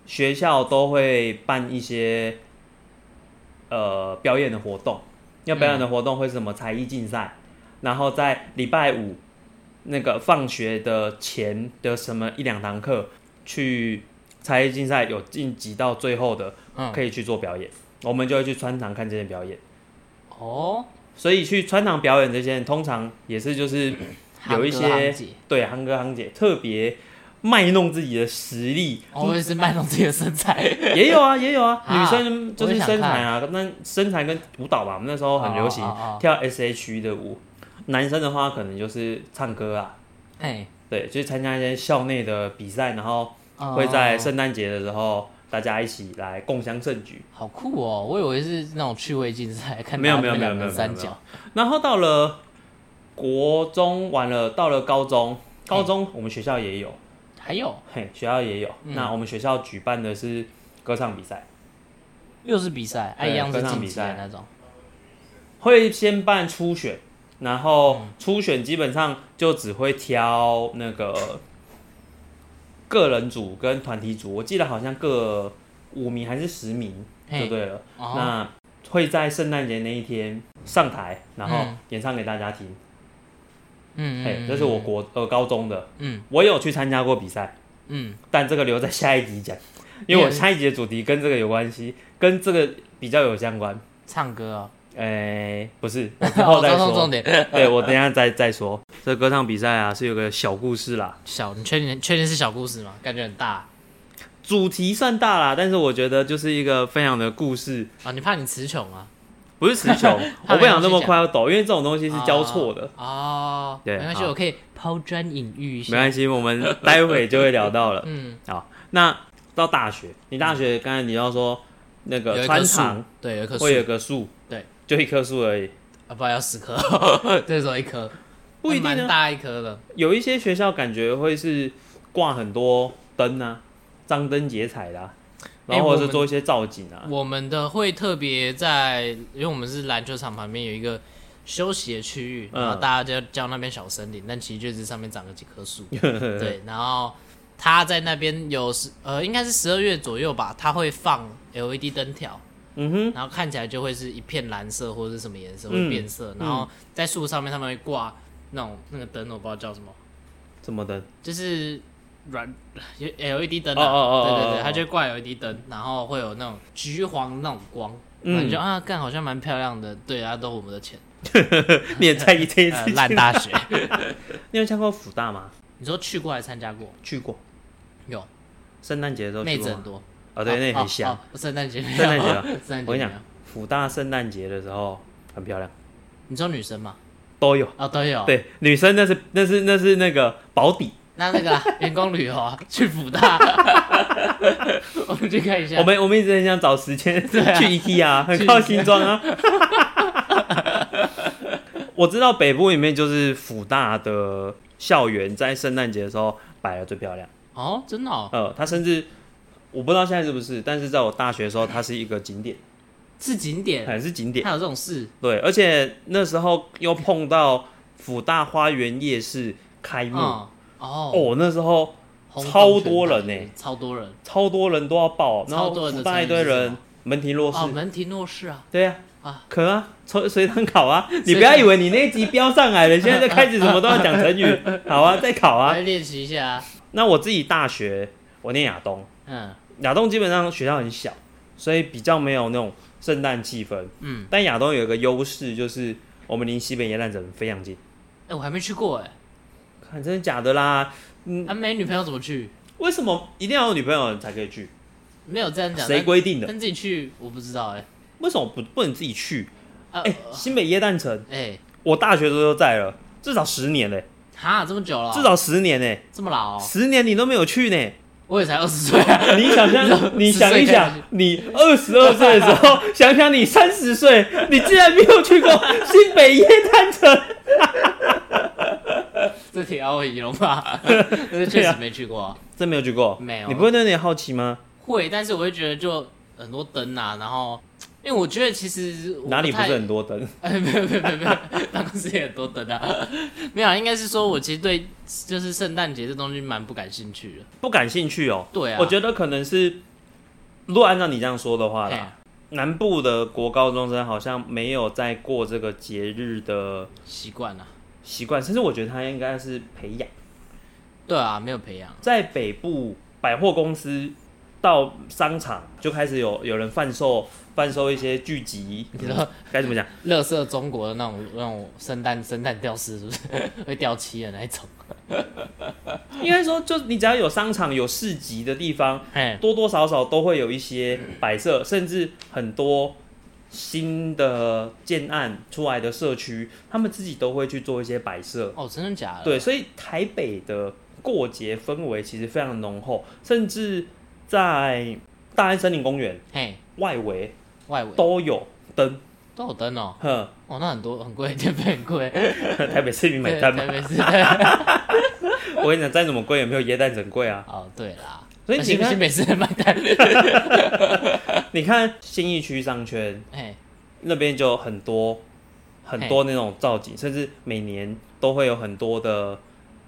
[SPEAKER 3] 学校都会办一些呃表演的活动。要表演的活动会是什么才艺竞赛，然后在礼拜五那个放学的前的什么一两堂课去才艺竞赛有晋级到最后的，
[SPEAKER 2] 嗯
[SPEAKER 3] 可以去做表演，我们就会去穿堂看这些表演。
[SPEAKER 2] 哦，
[SPEAKER 3] 所以去穿堂表演这些人，通常也是就是有一
[SPEAKER 2] 行哥行
[SPEAKER 3] 些
[SPEAKER 2] 姐
[SPEAKER 3] 对航哥航姐特别卖弄自己的实力，
[SPEAKER 2] 哦我也是卖弄自己的身材，
[SPEAKER 3] 也有啊也有啊，
[SPEAKER 2] 啊
[SPEAKER 3] 女生就
[SPEAKER 2] 我
[SPEAKER 3] 是
[SPEAKER 2] 也想
[SPEAKER 3] 身材啊，那身材跟舞蹈吧，我们那时候很流行
[SPEAKER 2] 哦哦哦哦
[SPEAKER 3] 跳 S H E 的舞。男生的话可能就是唱歌啊，
[SPEAKER 2] 哎，
[SPEAKER 3] 对，就是参加一些校内的比赛，然后
[SPEAKER 2] 哦
[SPEAKER 3] 会在圣诞节的时候大家一起来共襄盛举。
[SPEAKER 2] 好酷哦，我以为是那种趣味竞赛，看
[SPEAKER 3] 没有
[SPEAKER 2] 大家
[SPEAKER 3] 没有
[SPEAKER 2] 分
[SPEAKER 3] 没有
[SPEAKER 2] 两
[SPEAKER 3] 没有
[SPEAKER 2] 人三
[SPEAKER 3] 没有
[SPEAKER 2] 角，
[SPEAKER 3] 然后到了国中完了，到了高中，高中我们学校也有，
[SPEAKER 2] 还有
[SPEAKER 3] 嘿，学校也有。
[SPEAKER 2] 嗯
[SPEAKER 3] 那我们学校举办的是歌唱比赛，
[SPEAKER 2] 又是比赛，哎，
[SPEAKER 3] 对
[SPEAKER 2] 一样是
[SPEAKER 3] 歌唱
[SPEAKER 2] 竞
[SPEAKER 3] 比
[SPEAKER 2] 技的
[SPEAKER 3] 赛
[SPEAKER 2] 那种，
[SPEAKER 3] 会先办初选，然后
[SPEAKER 2] 嗯
[SPEAKER 3] 初选基本上就只会挑那个个人组跟团体组，我记得好像各五名还是十名
[SPEAKER 2] 嘿
[SPEAKER 3] 就对了。
[SPEAKER 2] 哦，
[SPEAKER 3] 那会在圣诞节那一天上台，然后
[SPEAKER 2] 嗯
[SPEAKER 3] 演唱给大家听。
[SPEAKER 2] 嗯
[SPEAKER 3] 嘿，
[SPEAKER 2] 嗯，
[SPEAKER 3] 这是我国呃高中的，
[SPEAKER 2] 嗯
[SPEAKER 3] 我有去参加过比赛。
[SPEAKER 2] 嗯，
[SPEAKER 3] 但这个留在下一集讲，因为我
[SPEAKER 2] 嗯
[SPEAKER 3] 下一集的主题跟这个有关系，跟这个比较有相关。
[SPEAKER 2] 唱歌哦，
[SPEAKER 3] 诶、不是，我 之后
[SPEAKER 2] 好，
[SPEAKER 3] 再
[SPEAKER 2] 重重
[SPEAKER 3] 说。
[SPEAKER 2] 点，
[SPEAKER 3] 对，我等一下再再说。这歌唱比赛啊，是有个小故事啦，
[SPEAKER 2] 小，你确定确定是小故事吗？感觉很大啊
[SPEAKER 3] 主题算大啦，但是我觉得就是一个分享的故事，
[SPEAKER 2] 啊，你怕你词穷啊？，
[SPEAKER 3] 不是词穷 我不想那么快要抖，因为这种东西是交错的。
[SPEAKER 2] 哦，
[SPEAKER 3] 对
[SPEAKER 2] 没关系，
[SPEAKER 3] 好
[SPEAKER 2] 我可以抛砖引玉一
[SPEAKER 3] 没
[SPEAKER 2] 下。
[SPEAKER 3] 关系，我们 待会就会聊到了。
[SPEAKER 2] 嗯，
[SPEAKER 3] 好，那到大学，你大学刚才你要说那
[SPEAKER 2] 有
[SPEAKER 3] 个
[SPEAKER 2] 一
[SPEAKER 3] 穿
[SPEAKER 2] 棵树
[SPEAKER 3] 堂，
[SPEAKER 2] 对，有一棵树
[SPEAKER 3] 会，有个树，
[SPEAKER 2] 对，
[SPEAKER 3] 就一棵树而已。
[SPEAKER 2] 啊，不要十颗， 这时候一颗，
[SPEAKER 3] 不一定啊
[SPEAKER 2] 蛮大一颗的。
[SPEAKER 3] 有一些学校感觉会是挂很多灯啊，张灯结彩的、啊，然
[SPEAKER 2] 哎
[SPEAKER 3] 后或者
[SPEAKER 2] 我
[SPEAKER 3] 是
[SPEAKER 2] 们
[SPEAKER 3] 做一些造景啊。
[SPEAKER 2] 我们的会特别在，因为我们是篮球场旁边有一个休息的区域，
[SPEAKER 3] 嗯
[SPEAKER 2] 然后大家就叫那边小森林，但其实就是上面长了几棵 树。对，然后他在那边有十呃，应该是十二月左右吧，他会放 LED 灯条，
[SPEAKER 3] 嗯哼，
[SPEAKER 2] 然后看起来就会是一片蓝色或者是什么颜色
[SPEAKER 3] 嗯
[SPEAKER 2] 会变色，然后在树上面他们会挂那种那个灯，我不知道叫什么，
[SPEAKER 3] 什么灯？
[SPEAKER 2] 就是软 有 LED 灯
[SPEAKER 3] 哦哦哦
[SPEAKER 2] 啊，
[SPEAKER 3] 哦
[SPEAKER 2] 对
[SPEAKER 3] 哦
[SPEAKER 2] 对
[SPEAKER 3] 哦
[SPEAKER 2] 对，它就会挂 LED 灯，然后会有那种橘黄那种光，
[SPEAKER 3] 嗯
[SPEAKER 2] 然后你就啊，干好像蛮漂亮的，对啊，都我们的 钱，
[SPEAKER 3] 你也在意这一
[SPEAKER 2] 呃
[SPEAKER 3] 次？
[SPEAKER 2] 烂大学，
[SPEAKER 3] 你有参加过辅大吗？
[SPEAKER 2] 你说去过还参加过？
[SPEAKER 3] 去过，
[SPEAKER 2] 有
[SPEAKER 3] 圣诞节的时候去
[SPEAKER 2] 妹
[SPEAKER 3] 过
[SPEAKER 2] 子
[SPEAKER 3] 吗
[SPEAKER 2] 很？多，
[SPEAKER 3] 啊、对，那也很香。
[SPEAKER 2] 哦，哦圣诞节没有，
[SPEAKER 3] 圣诞节
[SPEAKER 2] 圣诞节
[SPEAKER 3] 我跟你
[SPEAKER 2] 没
[SPEAKER 3] 讲
[SPEAKER 2] 有，
[SPEAKER 3] 辅大圣诞节的时候很漂亮，
[SPEAKER 2] 你说女生吗？
[SPEAKER 3] 都有。
[SPEAKER 2] 哦，都有，
[SPEAKER 3] 对，女生那是那是那是那个保底，
[SPEAKER 2] 那那个 啊员工旅游啊，去福大， 我们去看一下。
[SPEAKER 3] 我们我们一直很想找时间 去
[SPEAKER 2] 啊
[SPEAKER 3] IKEA，很靠新庄啊。 我知道北部里面就是辅大的校园，在圣诞节的时候摆的最漂亮。
[SPEAKER 2] 哦，真的哦，
[SPEAKER 3] 呃，它甚至我不知道现在是不是，但是在我大学的时候，它是一个景点，
[SPEAKER 2] 是景点，
[SPEAKER 3] 还是景点。
[SPEAKER 2] 还有这种事
[SPEAKER 3] 对，而且那时候又碰到辅大花园夜市开幕，
[SPEAKER 2] 嗯，哦，
[SPEAKER 3] 哦，那时候
[SPEAKER 2] 轰动
[SPEAKER 3] 超多人欸
[SPEAKER 2] 全台
[SPEAKER 3] 呢
[SPEAKER 2] 超多人
[SPEAKER 3] 超多人都要报，然
[SPEAKER 2] 超多
[SPEAKER 3] 后
[SPEAKER 2] 人的
[SPEAKER 3] 辅大一堆
[SPEAKER 2] 成绩是什
[SPEAKER 3] 人
[SPEAKER 2] 么，
[SPEAKER 3] 门庭若市。
[SPEAKER 2] 哦，门庭若市啊，
[SPEAKER 3] 对呀、
[SPEAKER 2] 啊
[SPEAKER 3] 可啊，随随堂 考啊！你
[SPEAKER 2] 随
[SPEAKER 3] 不要
[SPEAKER 2] 堂
[SPEAKER 3] 以为你那一集标上来了，现在就开始什么都要讲 成语。好啊，再考
[SPEAKER 2] 我
[SPEAKER 3] 啊
[SPEAKER 2] 来！练习一下啊，
[SPEAKER 3] 那我自己大学，我念亚东，
[SPEAKER 2] 嗯
[SPEAKER 3] 亚东基本上学校很小，所以比较没有那种圣诞气氛。
[SPEAKER 2] 嗯，
[SPEAKER 3] 但亚东有一个优势，就是我们离西北耶诞城非常近。
[SPEAKER 2] 哎，我还没去过哎，
[SPEAKER 3] 看，真的假的啦？嗯
[SPEAKER 2] 啊，没女朋友怎么去？
[SPEAKER 3] 为什么一定要有女朋友人才可以去？
[SPEAKER 2] 没有这样讲，
[SPEAKER 3] 谁
[SPEAKER 2] 但
[SPEAKER 3] 规定的？
[SPEAKER 2] 但自己去我不知道哎，
[SPEAKER 3] 为什么不不能自己去？
[SPEAKER 2] 啊
[SPEAKER 3] 哎、新北耶诞城，
[SPEAKER 2] 哎，
[SPEAKER 3] 我大学的时候就在了，至少十年嘞、
[SPEAKER 2] 哈，这么久了，
[SPEAKER 3] 至少十年嘞、
[SPEAKER 2] 这么哦老哦，
[SPEAKER 3] 十年你都没有去 呢、
[SPEAKER 2] 我也才二十岁啊，
[SPEAKER 3] 你想象，你想一想，你二十二岁的时 候，想想你三十岁，你竟然没有去过新北耶诞城，
[SPEAKER 2] 这挺奥仪龙 吧？这确实没去过啊。
[SPEAKER 3] 真没有去过？
[SPEAKER 2] 没有
[SPEAKER 3] 你不会有点好奇吗？
[SPEAKER 2] 会，但是我会觉得就很多灯啊，然后因为我觉得其实我
[SPEAKER 3] 哪里不
[SPEAKER 2] 太
[SPEAKER 3] 是很多灯？
[SPEAKER 2] 哎， 没有没有没有没有，办公室也很多灯啊， 没有啊，应该是说我其实对就是圣诞节这东西蛮不感兴趣的。
[SPEAKER 3] 不感兴趣哦。
[SPEAKER 2] 对啊，
[SPEAKER 3] 我觉得可能是，如果按照你这样说的话
[SPEAKER 2] 哎
[SPEAKER 3] 啦，南部的国高中生好像没有在过这个节日的
[SPEAKER 2] 习惯了，
[SPEAKER 3] 习惯，甚至我觉得他应该是培养。
[SPEAKER 2] 对啊，没有培养，
[SPEAKER 3] 在北部百货公司到商场就开始有有人贩售贩售一些剧集，
[SPEAKER 2] 你 说
[SPEAKER 3] 该怎么讲？
[SPEAKER 2] 乐色中国的那种那种圣诞圣诞吊饰是不是会掉漆的那一 种？
[SPEAKER 3] 应该说，就你只要有商场有市集的地方，
[SPEAKER 2] 哎，
[SPEAKER 3] 多多少少都会有一些摆设，甚至很多新的建案出来的社区，他们自己都会去做一些摆设。
[SPEAKER 2] 哦，真的假的？
[SPEAKER 3] 对，所以台北的过节氛围其实非常浓厚，甚至在大安森林公园
[SPEAKER 2] 嘿，
[SPEAKER 3] 外围
[SPEAKER 2] 外围
[SPEAKER 3] 都有灯，
[SPEAKER 2] 都有灯哦，
[SPEAKER 3] 哼，
[SPEAKER 2] 哦，那很多很贵， 电费很贵，
[SPEAKER 3] 台北市民 买
[SPEAKER 2] 对
[SPEAKER 3] 单
[SPEAKER 2] 台
[SPEAKER 3] 嘛。
[SPEAKER 2] 北市。
[SPEAKER 3] 我跟你讲，再怎么贵也没有椰蛋城贵啊。
[SPEAKER 2] 哦，对啦，
[SPEAKER 3] 所以你
[SPEAKER 2] 新
[SPEAKER 3] 看
[SPEAKER 2] 新北市的麦当劳，
[SPEAKER 3] 你看新义区商圈
[SPEAKER 2] 哎，
[SPEAKER 3] 那边就很多很多那种造景，甚至每年都会有很多的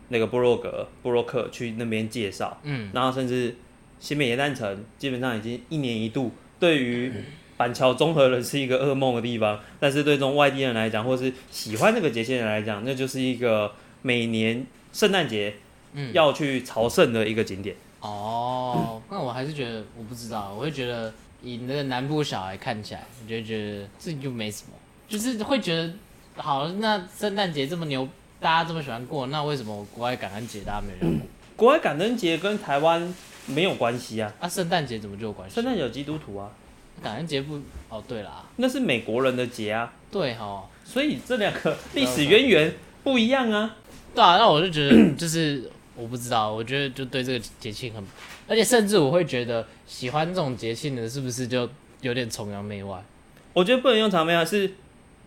[SPEAKER 3] 那个部落格部落客去那边介绍，
[SPEAKER 2] 嗯，
[SPEAKER 3] 然后甚至新北椰蛋城基本上已经一年一度，对于板桥综合人是一个噩梦的地方，但是对这种外地人来讲，或是喜欢这个节庆的人来讲，那就是一个每年圣诞节
[SPEAKER 2] 嗯
[SPEAKER 3] 要去朝圣的一个景点。
[SPEAKER 2] 哦，那我还是觉得我不知道，我会觉得以那个南部小孩看起来，你就会觉得这就没什么，就是会觉得好，那圣诞节这么牛，大家这么喜欢过，那为什么我国外感恩节大家没有人过？
[SPEAKER 3] 国外感恩节跟台湾没有关系啊，
[SPEAKER 2] 那圣诞节怎么就有关系？
[SPEAKER 3] 圣诞节有基督徒啊，
[SPEAKER 2] 感恩节不？哦，对啦，
[SPEAKER 3] 那是美国人的节啊，
[SPEAKER 2] 对哦哈，
[SPEAKER 3] 所以这两个历史渊源不一样啊。
[SPEAKER 2] 对啊，那我就觉 得就是我不知道，我觉得就对这个节庆很，而且甚至我会觉得喜欢这种节庆的，是不是就有点崇洋媚外？
[SPEAKER 3] 我觉得不能用长辈啊，是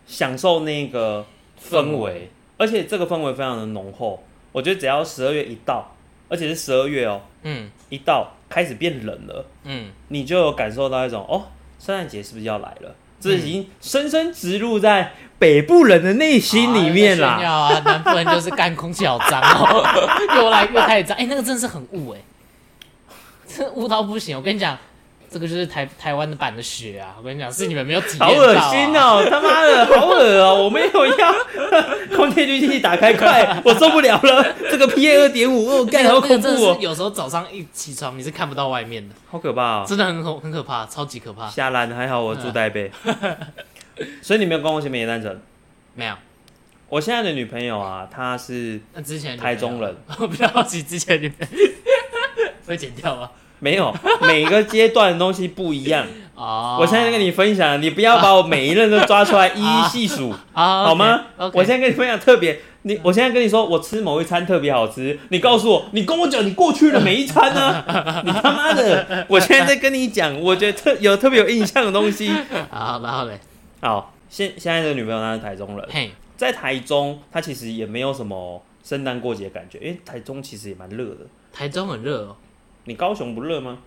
[SPEAKER 3] 享受那个氛围，而且这个氛围非常的浓厚。我觉得只要十二月一到，而且是十二月哦，
[SPEAKER 2] 嗯
[SPEAKER 3] 一到开始变冷了，
[SPEAKER 2] 嗯，
[SPEAKER 3] 你就有感受到一种哦，圣诞节是不是要来了？这已经深深植入在北部人的内心里面
[SPEAKER 2] 啊炫
[SPEAKER 3] 啦。
[SPEAKER 2] 耀啊，南部人就是干空气好脏哦， 又来越开始脏，哎、那个真的是很雾哎、这雾到不行。我跟你讲，这个就是台台湾的版的雪啊，我跟你讲是你们没有体验到、
[SPEAKER 3] 好
[SPEAKER 2] 啊，
[SPEAKER 3] 恶心哦！他妈的，好恶哦！我没有要， 空气滤清器打开快，我受不了了。这个 PM 二点五，哦，
[SPEAKER 2] 那
[SPEAKER 3] 干
[SPEAKER 2] 个
[SPEAKER 3] 好
[SPEAKER 2] 那个
[SPEAKER 3] 恐怖
[SPEAKER 2] 真的
[SPEAKER 3] 哦
[SPEAKER 2] 是，有时候早上一起床你是看不到外面的，
[SPEAKER 3] 好可怕哦！
[SPEAKER 2] 真的很可很可怕，超级可怕。
[SPEAKER 3] 下兰还好我住台北， 所以你没有跟我前面也单程。
[SPEAKER 2] 没有，
[SPEAKER 3] 我现在的女朋友啊，她是
[SPEAKER 2] 那之前的女朋
[SPEAKER 3] 台
[SPEAKER 2] 友
[SPEAKER 3] 中，人，
[SPEAKER 2] 我比较好奇之前的女朋友 会剪掉吗？
[SPEAKER 3] 没 有每个阶段的东西不一样。
[SPEAKER 2] 哦，
[SPEAKER 3] 我现在跟你分享，你不要把我每一任都抓出来 一一细数，
[SPEAKER 2] 啊，
[SPEAKER 3] 好吗
[SPEAKER 2] OK，
[SPEAKER 3] 我现在跟你分享特别，你我现在跟你说，我吃某一餐特别好吃，你告诉我，你跟我讲你过去的每一餐呢、 你他妈的，我现在在跟你讲，我觉得特有特别有印象的东西。
[SPEAKER 2] 好，然后嘞，
[SPEAKER 3] 好，现现在的女朋友她是台中人，
[SPEAKER 2] 嘿，
[SPEAKER 3] 在台中，她其实也没有什么圣诞过节的感觉，因为台中其实也蛮热的。
[SPEAKER 2] 台中很热哦，
[SPEAKER 3] 你高雄不热吗？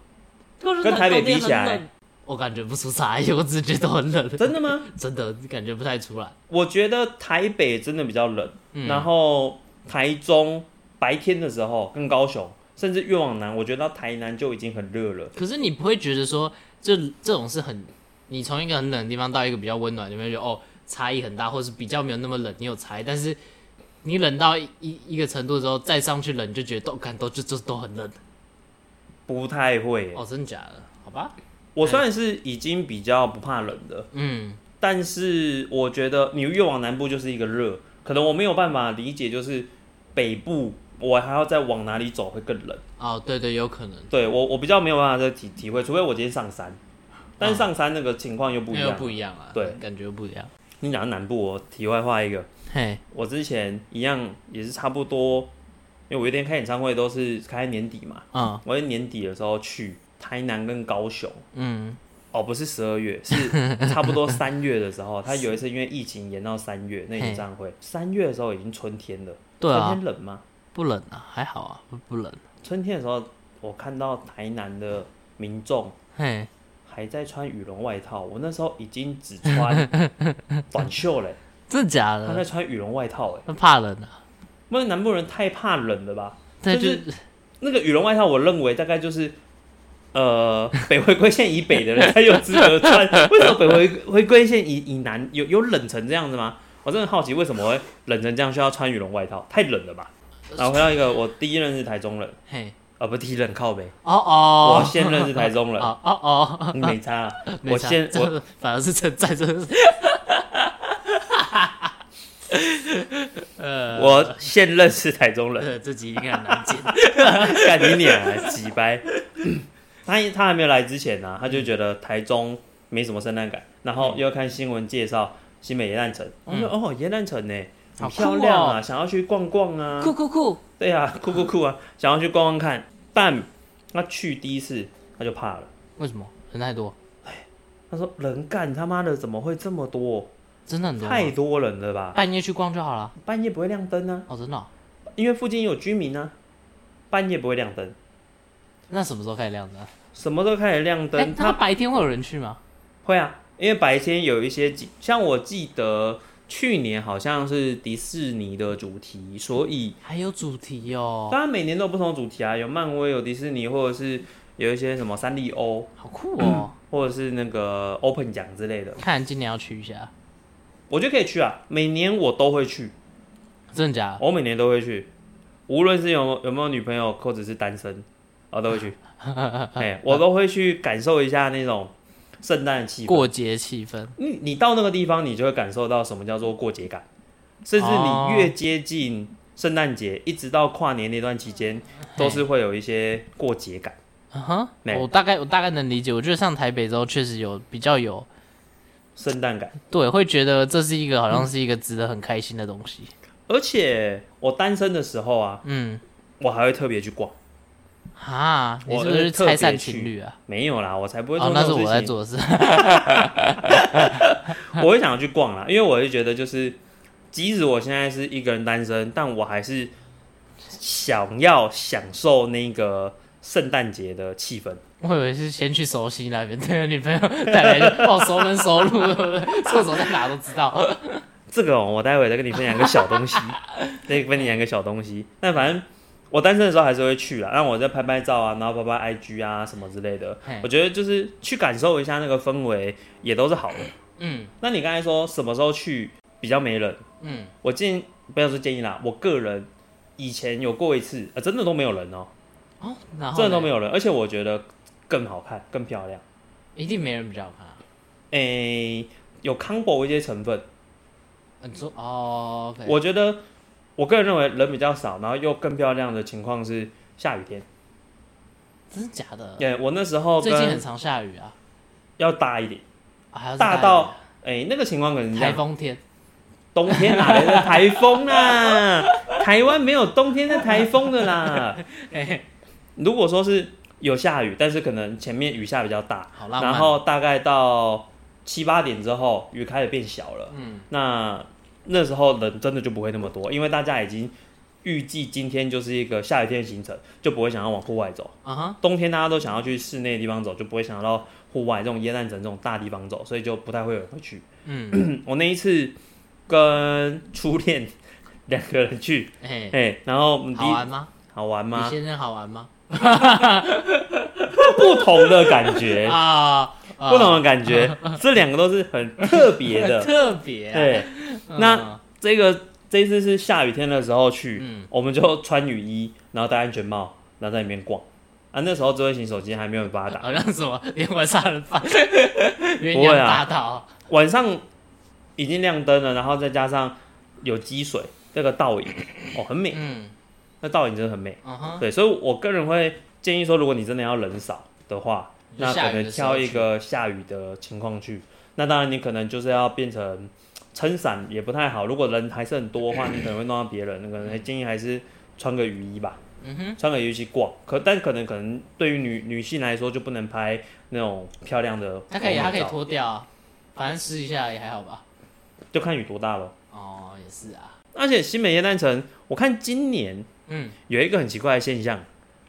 [SPEAKER 2] 跟
[SPEAKER 3] 跟台北比起来，
[SPEAKER 2] 我感觉不出差，我只是觉得很冷，
[SPEAKER 3] 真的吗？
[SPEAKER 2] 真的感觉不太出来。
[SPEAKER 3] 我觉得台北真的比较冷，
[SPEAKER 2] 嗯
[SPEAKER 3] 然后台中白天的时候跟高雄，甚至越往南，我觉得到台南就已经很热了。
[SPEAKER 2] 可是你不会觉得说，这这种是很，你从一个很冷的地方到一个比较温暖的地方，你会觉得哦差异很大，或是比较没有那么冷，你有差异，但是你冷到一一一个程度之后，再上去冷，你就觉得都感都就就都很冷。
[SPEAKER 3] 不太会耶、
[SPEAKER 2] 哦，真的假的？好吧，
[SPEAKER 3] 我算是已经比较不怕冷的，
[SPEAKER 2] 嗯，
[SPEAKER 3] 但是我觉得你越往南部就是一个热，可能我没有办法理解，就是北部我还要再往哪里走会更冷。
[SPEAKER 2] 哦，对对，有可能，
[SPEAKER 3] 对我我比较没有办法再体体会，除非我今天上山，但是
[SPEAKER 2] 嗯
[SPEAKER 3] 上山那个情况又不一
[SPEAKER 2] 那又
[SPEAKER 3] 样。
[SPEAKER 2] 不一样啊，
[SPEAKER 3] 对
[SPEAKER 2] 感觉又不一样。
[SPEAKER 3] 你讲到南部，我题外话一个，
[SPEAKER 2] 嘿，
[SPEAKER 3] 我之前一样也是差不多，因为我有一天开演唱会都是开年底嘛，
[SPEAKER 2] 嗯
[SPEAKER 3] 我在年底的时候去台南跟高雄，
[SPEAKER 2] 嗯，
[SPEAKER 3] 哦，不是十二月，是差不多三月的时 候，他有一次因为疫情延到三月那演唱会，三月的时候已经春天了，
[SPEAKER 2] 对
[SPEAKER 3] 春
[SPEAKER 2] 啊，
[SPEAKER 3] 天冷吗？
[SPEAKER 2] 不冷啊，还好啊，不不冷。
[SPEAKER 3] 春天的时候，我看到台南的民众
[SPEAKER 2] 嘿，
[SPEAKER 3] 还在穿羽绒外套，我那时候已经只穿 短袖嘞，
[SPEAKER 2] 真的假
[SPEAKER 3] 他在
[SPEAKER 2] 的？
[SPEAKER 3] 穿羽绒外套哎，
[SPEAKER 2] 那怕冷啊？
[SPEAKER 3] 因为南部人太怕冷了吧？
[SPEAKER 2] 对，
[SPEAKER 3] 就是
[SPEAKER 2] 就
[SPEAKER 3] 那个羽绒外套，我认为大概就是，呃， 北回归线以北的人才有资 格穿。为什么北回回归线以以南有有冷成这样子吗？我真的很好奇，为什么会冷成这样需要穿羽绒外套？太冷了吧！然后回到一个，我第一任是台中人，
[SPEAKER 2] 嘿，
[SPEAKER 3] 啊，不，第一任靠北，
[SPEAKER 2] 哦哦，
[SPEAKER 3] 我现任是 台中人，
[SPEAKER 2] 哦哦哦，
[SPEAKER 3] 你没差啊。
[SPEAKER 2] 没
[SPEAKER 3] 我
[SPEAKER 2] 差
[SPEAKER 3] 先
[SPEAKER 2] 这
[SPEAKER 3] 我
[SPEAKER 2] 反而是称赞，真 的是。呃，
[SPEAKER 3] 我现任是台中人，
[SPEAKER 2] 呃这集应该很 难剪。
[SPEAKER 3] 干你脸啊，几掰！ 他他还没有来之前呢、啊他就觉得台中没什么圣诞感，然后又看新闻介绍新美耶诞城，我说、哦，耶诞城呢，
[SPEAKER 2] 嗯好
[SPEAKER 3] 很
[SPEAKER 2] 酷
[SPEAKER 3] 漂亮啊，
[SPEAKER 2] 哦
[SPEAKER 3] 想要去逛逛啊，
[SPEAKER 2] 酷酷！
[SPEAKER 3] 对啊，酷酷酷啊，想要去逛逛看，但他去第一次他就怕了，
[SPEAKER 2] 为什么人太多？
[SPEAKER 3] 他说人干他妈的怎么会这么多，
[SPEAKER 2] 真的很多吗，啊
[SPEAKER 3] 太多人了吧，
[SPEAKER 2] 半夜去逛就好了。
[SPEAKER 3] 半夜不会亮灯啊，
[SPEAKER 2] 哦，真的哦？
[SPEAKER 3] 因为附近有居民啊，半夜不会亮灯，
[SPEAKER 2] 那什么时候开始亮灯？
[SPEAKER 3] 什么时候开始亮灯？
[SPEAKER 2] 哎，那白天会有人去吗？
[SPEAKER 3] 会啊，因为白天有一些景，像我记得去年好像是迪士尼的主题，所以
[SPEAKER 2] 还有主题哦，
[SPEAKER 3] 当然每年都有不同的主题啊，有漫威，有迪士尼，或者是有一些什么三丽鸥，
[SPEAKER 2] 好酷哦！
[SPEAKER 3] 或者是那个 Open 奖之类的，
[SPEAKER 2] 看来今年要去一下，
[SPEAKER 3] 我觉得可以去啊。每年我都会去，
[SPEAKER 2] 真的假的？
[SPEAKER 3] 我每年都会去，无论是有有没有女朋友或者是单身，我都会去。哎，我都会去感受一下那种圣诞的气氛。
[SPEAKER 2] 过节气氛，
[SPEAKER 3] 你你到那个地方，你就会感受到什么叫做过节感，甚至
[SPEAKER 2] 哦
[SPEAKER 3] 你越接近圣诞节，一直到跨年那段期间，都是会有一些过节感。
[SPEAKER 2] 嗯哼，
[SPEAKER 3] 没
[SPEAKER 2] 我大概我大概能理解。我觉得上台北之后，确实有比较有
[SPEAKER 3] 圣诞感，
[SPEAKER 2] 对，会觉得这是一个好像是一个值得很开心的东西。
[SPEAKER 3] 而且我单身的时候啊，
[SPEAKER 2] 嗯，
[SPEAKER 3] 我还会特别去逛，
[SPEAKER 2] 啊，你
[SPEAKER 3] 我呃
[SPEAKER 2] 是不是
[SPEAKER 3] 特别
[SPEAKER 2] 拆散
[SPEAKER 3] 去
[SPEAKER 2] 情侣啊？
[SPEAKER 3] 没有啦，我才不会做
[SPEAKER 2] 哦，那
[SPEAKER 3] 这
[SPEAKER 2] 是
[SPEAKER 3] 种事情。
[SPEAKER 2] 我在做的事。
[SPEAKER 3] 我会想要去逛啦，因为我会觉得就是，即使我现在是一个人单身，但我还是想要享受那个圣诞节的气氛。
[SPEAKER 2] 我以为是先去熟悉那边，对女朋友带来就哦熟门熟路，对不对 厕所在哪都知道。
[SPEAKER 3] 这个哦、我待会再跟你分享一个 小东西，再分享一个小东西。但反正我单身的时候还是会去啦，让我再拍拍照啊，然后拍拍 IG 啊什么之类的
[SPEAKER 2] 嘿。
[SPEAKER 3] 我觉得就是去感受一下那个氛围，也都是好的。
[SPEAKER 2] 嗯
[SPEAKER 3] 那你刚才说什么时候去比较没人？
[SPEAKER 2] 嗯，
[SPEAKER 3] 我建不要说建议啦，我个人以前有过一次，呃，真的都没有人哦、
[SPEAKER 2] 哦，然后
[SPEAKER 3] 真的都没
[SPEAKER 2] 有，
[SPEAKER 3] 有人，而且我觉得更好看、更漂亮。
[SPEAKER 2] 一定没人比较怕。
[SPEAKER 3] 诶、有 combo 一些成分，
[SPEAKER 2] 啊你说哦，OK，
[SPEAKER 3] 我觉得我个人认为人比较少，然后又更漂亮的情况是下雨天。
[SPEAKER 2] 真的假的？
[SPEAKER 3] 对、我那时候
[SPEAKER 2] 嗯最近很
[SPEAKER 3] 跟
[SPEAKER 2] 常下雨啊，
[SPEAKER 3] 要大一点，
[SPEAKER 2] 啊还要是
[SPEAKER 3] 大
[SPEAKER 2] 雨
[SPEAKER 3] 到诶、那个情况可能是这
[SPEAKER 2] 台
[SPEAKER 3] 样，
[SPEAKER 2] 风天，
[SPEAKER 3] 冬天哪来的台风啊？ 台湾没有冬天的台风的啦。
[SPEAKER 2] 哎，
[SPEAKER 3] 如果说是有下雨，但是可能前面雨下比较大，
[SPEAKER 2] 好浪漫。
[SPEAKER 3] 然后大概到七八点之后，雨开始变小了。
[SPEAKER 2] 嗯，
[SPEAKER 3] 那那时候人真的就不会那么多，因为大家已经预计今天就是一个下雨天的行程，就不会想要往户外走。
[SPEAKER 2] 啊哈，
[SPEAKER 3] 冬天大家都想要去室内的地方走，就不会想要到户外这种烟暗城这种大地方走，所以就不太会有人会去。
[SPEAKER 2] 嗯，
[SPEAKER 3] 嗯我那一次跟初恋两个人去，
[SPEAKER 2] 哎，
[SPEAKER 3] 哎，然后我们第
[SPEAKER 2] 好
[SPEAKER 3] 一
[SPEAKER 2] 玩吗？
[SPEAKER 3] 好玩
[SPEAKER 2] 你
[SPEAKER 3] 吗？
[SPEAKER 2] 先生好玩吗？
[SPEAKER 3] 不同的感觉，
[SPEAKER 2] 啊， 啊
[SPEAKER 3] 不同的感觉，这两个都是很特别的。
[SPEAKER 2] 特别啊。
[SPEAKER 3] 对，
[SPEAKER 2] 嗯
[SPEAKER 3] 那这个这一次是下雨天的时候去，
[SPEAKER 2] 嗯
[SPEAKER 3] 我们就穿雨衣，然后戴安全帽，然后在里面逛。啊，那时候智慧型手机还没有发达，
[SPEAKER 2] 好像什么连环杀人 犯，鸳
[SPEAKER 3] 不会
[SPEAKER 2] 鸯
[SPEAKER 3] 啊
[SPEAKER 2] 大盗，
[SPEAKER 3] 晚上已经亮灯了，然后再加上有积水，那个倒影哦很美，
[SPEAKER 2] 嗯，
[SPEAKER 3] 那倒影真的很美。
[SPEAKER 2] 嗯哼，
[SPEAKER 3] 对，所以我个人会建议说，如果你真的要人少的话，
[SPEAKER 2] 就
[SPEAKER 3] 那
[SPEAKER 2] 下
[SPEAKER 3] 可
[SPEAKER 2] 雨
[SPEAKER 3] 能
[SPEAKER 2] 的时候
[SPEAKER 3] 挑一个下雨的情况去。那当然，你可能就是要变成撑伞也不太好。如果人还是很多的话，你可能会弄到别人。那可能建议还是穿个雨衣吧，
[SPEAKER 2] 嗯哼，
[SPEAKER 3] 穿个雨衣去逛。可但可能可能对于女女性来说，就不能拍那种漂亮的
[SPEAKER 2] 他可以，他
[SPEAKER 3] 完
[SPEAKER 2] 可
[SPEAKER 3] 美
[SPEAKER 2] 以
[SPEAKER 3] 照，
[SPEAKER 2] 脱掉啊，反正试一下也还好吧。
[SPEAKER 3] 就看雨多大咯。
[SPEAKER 2] 哦，也是啊，
[SPEAKER 3] 而且新美耶诞城，我看今年
[SPEAKER 2] 嗯，
[SPEAKER 3] 有一个很奇怪的现象，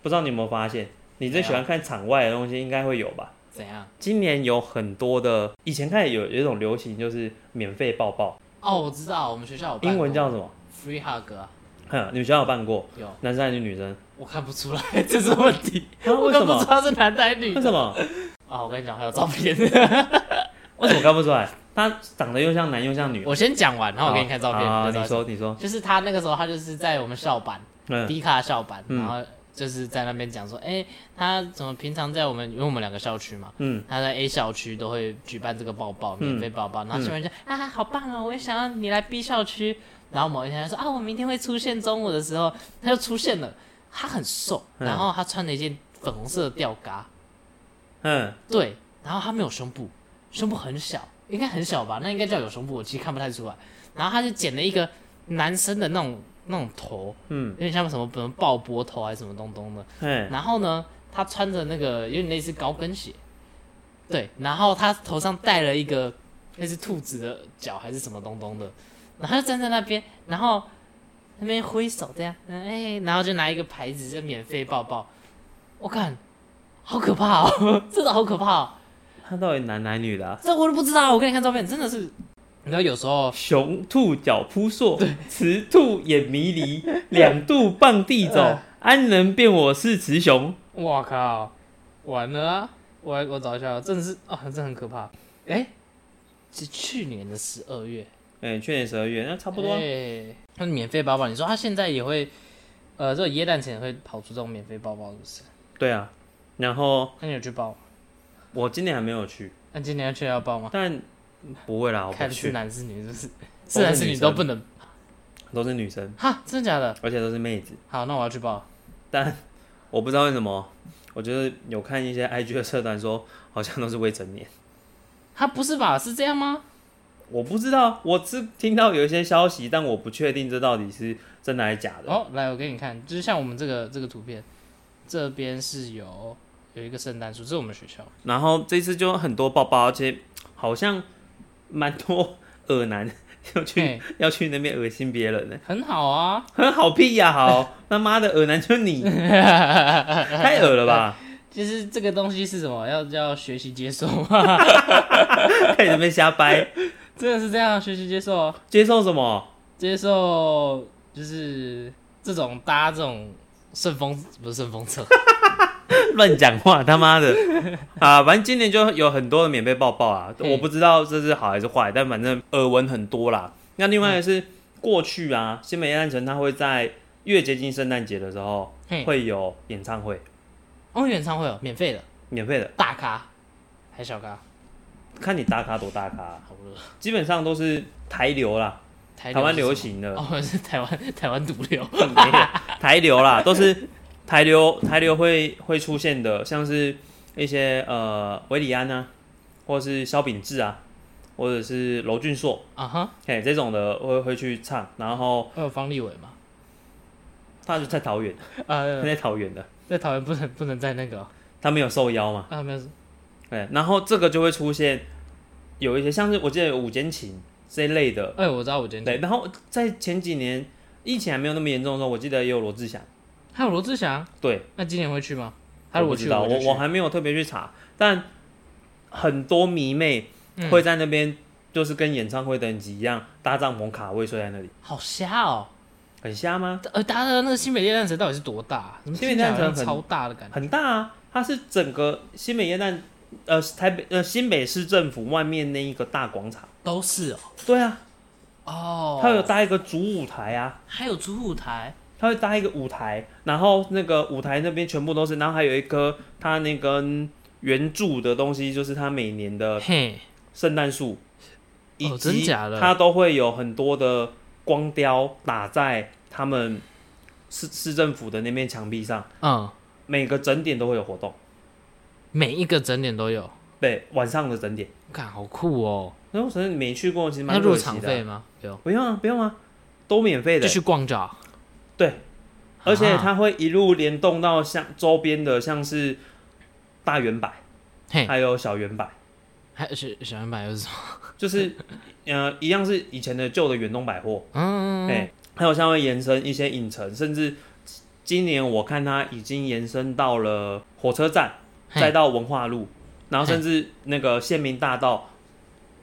[SPEAKER 3] 不知道你有没有发现？你最喜
[SPEAKER 2] 怎
[SPEAKER 3] 欢看场外的东西，应该会有吧？
[SPEAKER 2] 怎样？
[SPEAKER 3] 今年有很多的，以前开始有有一种流行，就是免费抱抱，
[SPEAKER 2] 哦，我知道，我们学校有办
[SPEAKER 3] 英文
[SPEAKER 2] 过
[SPEAKER 3] 叫什么？
[SPEAKER 2] free hug，啊
[SPEAKER 3] 哼，你们学校有办过？
[SPEAKER 2] 有，
[SPEAKER 3] 男生还是女生？
[SPEAKER 2] 我看不出来 这是问题，
[SPEAKER 3] 啊，
[SPEAKER 2] 我
[SPEAKER 3] 为
[SPEAKER 2] 看
[SPEAKER 3] 什
[SPEAKER 2] 不出
[SPEAKER 3] 么？
[SPEAKER 2] 他是男的还是女
[SPEAKER 3] 为
[SPEAKER 2] 的
[SPEAKER 3] 什么？
[SPEAKER 2] 啊！我跟你讲，还有照片，
[SPEAKER 3] 为什么看不出来？他长得又像男又像女。
[SPEAKER 2] 我先讲完，然后哦我给你看照片。
[SPEAKER 3] 啊，
[SPEAKER 2] 你就
[SPEAKER 3] 你
[SPEAKER 2] 知道
[SPEAKER 3] 说，你说，
[SPEAKER 2] 就是他那个时候，他就是在我们校版
[SPEAKER 3] 嗯，
[SPEAKER 2] 低卡校版，
[SPEAKER 3] 嗯
[SPEAKER 2] 然后就是在那边讲说，哎，他怎么平常在我们，因为我们两个校区嘛，
[SPEAKER 3] 嗯，
[SPEAKER 2] 他在 A 校区都会举办这个抱抱，免费抱抱，然后新闻
[SPEAKER 3] 嗯
[SPEAKER 2] 就、啊，好棒哦，我也想要你来 B 校区。然后某一天他说啊，我明天会出现中午的时候，他就出现了。他很瘦，
[SPEAKER 3] 嗯
[SPEAKER 2] 然后他穿了一件粉红色的吊嘎，
[SPEAKER 3] 嗯，
[SPEAKER 2] 对，然后他没有胸部，胸部很小，应该很小吧？那应该叫有胸部，我其实看不太出来。然后他就剪了一个男生的那种那种头，
[SPEAKER 3] 嗯，
[SPEAKER 2] 有点像什么什么爆波头还是什么东东的，
[SPEAKER 3] 嘿，
[SPEAKER 2] 然后呢，他穿着那个有点类似高跟鞋，对，然后他头上戴了一个类似兔子的角还是什么东东的，然后他就站在那边，然后那边挥手这样，嗯哎，然后就拿一个牌子就免费抱抱，我看好可怕哦， 真的好可怕、哦，
[SPEAKER 3] 他到底男男女的啊？
[SPEAKER 2] 这我都不知道，我给你看照片，真的是，你知道有时候
[SPEAKER 3] 雄兔脚扑朔，雌兔眼迷 离，两度傍地走
[SPEAKER 2] 嗯，
[SPEAKER 3] 安能辨我是雌雄？
[SPEAKER 2] 我靠，完了啊！我我找一下，真的是啊，真的很可怕。哎、是去年的十二月，
[SPEAKER 3] 哎，去年十二月，那差
[SPEAKER 2] 差
[SPEAKER 3] 不多啊。
[SPEAKER 2] 那免费包包，你说他现在也会，呃，这个耶诞前会跑出这种免费包包，是不是？
[SPEAKER 3] 对啊，然后
[SPEAKER 2] 那你有去包吗？
[SPEAKER 3] 我今年还没有去，
[SPEAKER 2] 那今年要去要包吗？
[SPEAKER 3] 但哦不会啦，我
[SPEAKER 2] 看
[SPEAKER 3] 不
[SPEAKER 2] 是
[SPEAKER 3] 去，
[SPEAKER 2] 男是女，是不是？
[SPEAKER 3] 是
[SPEAKER 2] 是男是女
[SPEAKER 3] 女
[SPEAKER 2] 都
[SPEAKER 3] 生
[SPEAKER 2] 不能
[SPEAKER 3] 都是女生，
[SPEAKER 2] 哈，啊真的假的？
[SPEAKER 3] 而且都是妹子。
[SPEAKER 2] 好，那我要去包。
[SPEAKER 3] 但我不知道为什么，我就是有看一些 IG 的社团说，好像都是未成年。
[SPEAKER 2] 他不是吧？是这样吗？
[SPEAKER 3] 我不知道，我是听到有一些消息，但我不确定这到底是真的还是假的。
[SPEAKER 2] 哦，来，我给你看，就是像我们这个这个图片，这边是有有一个圣诞树，这是我们学校。
[SPEAKER 3] 然后这次就很多包包，而且好像蛮多耳男要去、
[SPEAKER 2] 哎
[SPEAKER 3] 要去那边恶心别人呢，
[SPEAKER 2] 很好 啊，
[SPEAKER 3] 很好屁呀、好他妈的耳男就你，太恶了吧？
[SPEAKER 2] 其实这个东西是什么？要要学习接受嘛，
[SPEAKER 3] 开始那边瞎掰，
[SPEAKER 2] 真的是这样，学习接受啊，
[SPEAKER 3] 接受什么？
[SPEAKER 2] 接受就是这种搭这种顺风不是顺风车，
[SPEAKER 3] 乱讲话，他妈 的啊！反正今年就有很多的免费抱抱啊，
[SPEAKER 2] 嗯
[SPEAKER 3] 我不知道这是好还是坏，但反正耳闻很多啦。那另外
[SPEAKER 2] 嗯
[SPEAKER 3] 是、过去啊，新北夜诞城它会在越接近圣诞节的时候
[SPEAKER 2] 嘿，
[SPEAKER 3] 会有演唱会，
[SPEAKER 2] 哦，演唱会哦，免费的，
[SPEAKER 3] 免费的，
[SPEAKER 2] 大咖还是小咖？
[SPEAKER 3] 看你大咖多大咖啊、
[SPEAKER 2] 好热，
[SPEAKER 3] 基本上都是台流啦，
[SPEAKER 2] 台
[SPEAKER 3] 台湾
[SPEAKER 2] 流
[SPEAKER 3] 流
[SPEAKER 2] 是什么
[SPEAKER 3] 行的，
[SPEAKER 2] 哦，是台湾台湾毒瘤，
[SPEAKER 3] 没有台流啦，都是台流台流会会出现的，像是一些呃维里安啊，或是萧秉治啊，或者是娄俊硕，
[SPEAKER 2] 啊哈，
[SPEAKER 3] 嘿这种的会会去唱，然后
[SPEAKER 2] 会有方立伟嘛？
[SPEAKER 3] 他是在桃园， 他
[SPEAKER 2] 呃，
[SPEAKER 3] 在桃园的，
[SPEAKER 2] 在桃园不能不能在那个哦
[SPEAKER 3] 他没有受邀嘛，
[SPEAKER 2] 啊，没有，
[SPEAKER 3] 对，然后这个就会出现有一些像是我记得有五间琴这一类的，
[SPEAKER 2] 哎，我知道我今天
[SPEAKER 3] 对，然后在前几年疫情还没有那么严重的时候，我记得也有罗志祥，
[SPEAKER 2] 还有罗志祥，
[SPEAKER 3] 对。
[SPEAKER 2] 那今年会去吗？他如
[SPEAKER 3] 我
[SPEAKER 2] 果
[SPEAKER 3] 不知
[SPEAKER 2] 去，
[SPEAKER 3] 道，我
[SPEAKER 2] 就去
[SPEAKER 3] 我还没有特别去查，但很多迷妹
[SPEAKER 2] 嗯
[SPEAKER 3] 会在那边，就是跟演唱会等级一样搭帐篷卡位睡在那里，
[SPEAKER 2] 好瞎哦。
[SPEAKER 3] 很瞎吗？
[SPEAKER 2] 呃，大家的那个新北夜诞城到底是多大、啊？怎么
[SPEAKER 3] 新
[SPEAKER 2] 听起
[SPEAKER 3] 北
[SPEAKER 2] 来
[SPEAKER 3] 夜诞城
[SPEAKER 2] 好像
[SPEAKER 3] 很
[SPEAKER 2] 超大的感觉？
[SPEAKER 3] 很大啊，它是整个新北夜诞，呃，台北呃新北市政府外面那一个大广场，
[SPEAKER 2] 都是哦。
[SPEAKER 3] 对啊，
[SPEAKER 2] 哦，
[SPEAKER 3] 它有搭一个主舞台啊，
[SPEAKER 2] 还有主舞台，
[SPEAKER 3] 它会搭一个舞台，然后那个舞台那边全部都是，然后还有一棵它那根圆柱的东西，就是它每年的
[SPEAKER 2] 嘿，
[SPEAKER 3] 圣诞树，以
[SPEAKER 2] 哦真
[SPEAKER 3] 及
[SPEAKER 2] 假的
[SPEAKER 3] 它都会有很多的光雕打在他们市市政府的那面墙壁上，
[SPEAKER 2] 嗯，
[SPEAKER 3] 每个整点都会有活动，
[SPEAKER 2] 每一个整点都有，
[SPEAKER 3] 对，晚上的整点。
[SPEAKER 2] 看好酷哦。
[SPEAKER 3] 然后可能没去过，其实
[SPEAKER 2] 那
[SPEAKER 3] 蛮
[SPEAKER 2] 入
[SPEAKER 3] 可惜
[SPEAKER 2] 场费
[SPEAKER 3] 的。啊
[SPEAKER 2] 吗？有，
[SPEAKER 3] 不用啊，不用啊，都免费的
[SPEAKER 2] 就。去逛就好。
[SPEAKER 3] 对，而且
[SPEAKER 2] 啊
[SPEAKER 3] 它会一路联动到像周边的，像是大圆柏，
[SPEAKER 2] 嘿，
[SPEAKER 3] 还有小圆柏，
[SPEAKER 2] 还有小小圆板又是什么？
[SPEAKER 3] 就是呃，一样是以前的旧的远东百货，
[SPEAKER 2] 嗯，
[SPEAKER 3] 哎、还有像会延伸一些影城，甚至今年我看它已经延伸到了火车站，
[SPEAKER 2] 嘿
[SPEAKER 3] 再到文化路，然后甚至那个县民大道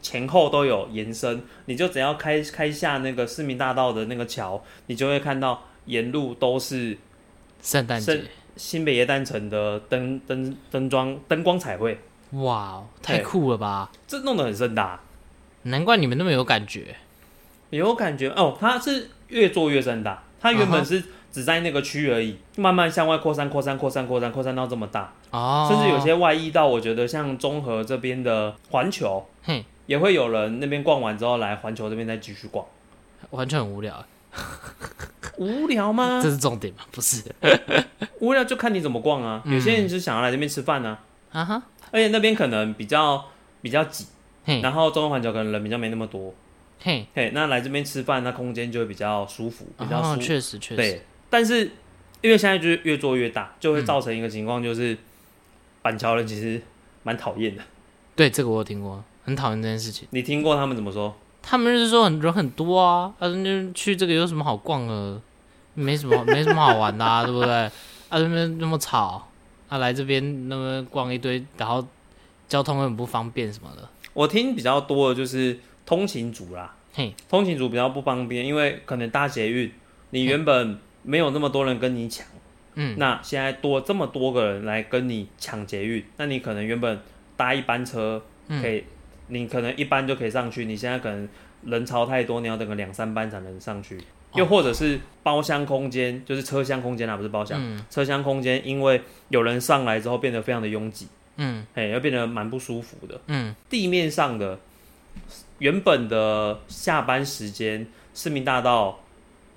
[SPEAKER 3] 前后都有延伸。你就只要开开下那个市民大道的那个桥，你就会看到沿路都是
[SPEAKER 2] 圣诞节，
[SPEAKER 3] 新北耶诞城的灯灯灯装灯光彩绘，
[SPEAKER 2] 哇哦，太
[SPEAKER 3] 嘿
[SPEAKER 2] 酷了吧！
[SPEAKER 3] 这弄得很盛大、啊
[SPEAKER 2] 难怪你们那么有感觉。
[SPEAKER 3] 有感觉哦，它是越做越盛大。它原
[SPEAKER 2] 啊哈
[SPEAKER 3] 本是只在那个区而已，慢慢向外扩散、扩散、扩散、扩散、扩散到这么大，
[SPEAKER 2] 哦，
[SPEAKER 3] 甚至有些外溢到我觉得像中和这边的环球，
[SPEAKER 2] 嘿，
[SPEAKER 3] 也会有人那边逛完之后来环球这边再继续逛，
[SPEAKER 2] 完全很无
[SPEAKER 3] 啊
[SPEAKER 2] 聊，
[SPEAKER 3] 无聊吗
[SPEAKER 2] 嗯这？是重点吗？不是
[SPEAKER 3] 无聊就看你怎么逛啊。
[SPEAKER 2] 嗯
[SPEAKER 3] 有些人是想要来这边吃饭啊，
[SPEAKER 2] 啊哈，
[SPEAKER 3] 而且那边可能比较比较挤，
[SPEAKER 2] 嘿
[SPEAKER 3] 然后中和环球可能人比较没那么多，
[SPEAKER 2] 嘿，
[SPEAKER 3] 嘿，那来这边吃饭，那空间就会比较舒服，比较
[SPEAKER 2] 哦
[SPEAKER 3] 舒
[SPEAKER 2] 确实确实
[SPEAKER 3] 对，但是因为现在就是越做越大，就会造成一个情况，就是、板桥人其实蛮讨厌的。
[SPEAKER 2] 对，这个我有听过，很讨厌这件事情。
[SPEAKER 3] 你听过他们怎么说？
[SPEAKER 2] 他们就是说很人很多啊，啊，那去这个有什么好逛的？没什么， 没什么好玩的、啊，对不对？啊，那边那么吵，啊，来这边那么逛一堆，然后交通又很不方便什么的。
[SPEAKER 3] 我听比较多的就是通勤族啦，
[SPEAKER 2] 嘿，
[SPEAKER 3] 通勤族比较不方便，因为可能搭捷运，你原本没有那么多人跟你抢，
[SPEAKER 2] 嗯，
[SPEAKER 3] 那现在多这么多个人来跟你抢捷运，那你可能原本搭一班车
[SPEAKER 2] 嗯
[SPEAKER 3] 可以，你可能一班就可以上去，你现在可能人潮太多，你要等个两三班才能上去。
[SPEAKER 2] 哦
[SPEAKER 3] 又或者是包厢空间，就是车厢空间啊，不是包厢，
[SPEAKER 2] 嗯
[SPEAKER 3] 车厢空间，因为有人上来之后变得非常的拥挤，
[SPEAKER 2] 嗯
[SPEAKER 3] 哎，要变得蛮不舒服的。
[SPEAKER 2] 嗯，
[SPEAKER 3] 地面上的原本的下班时间，市民大道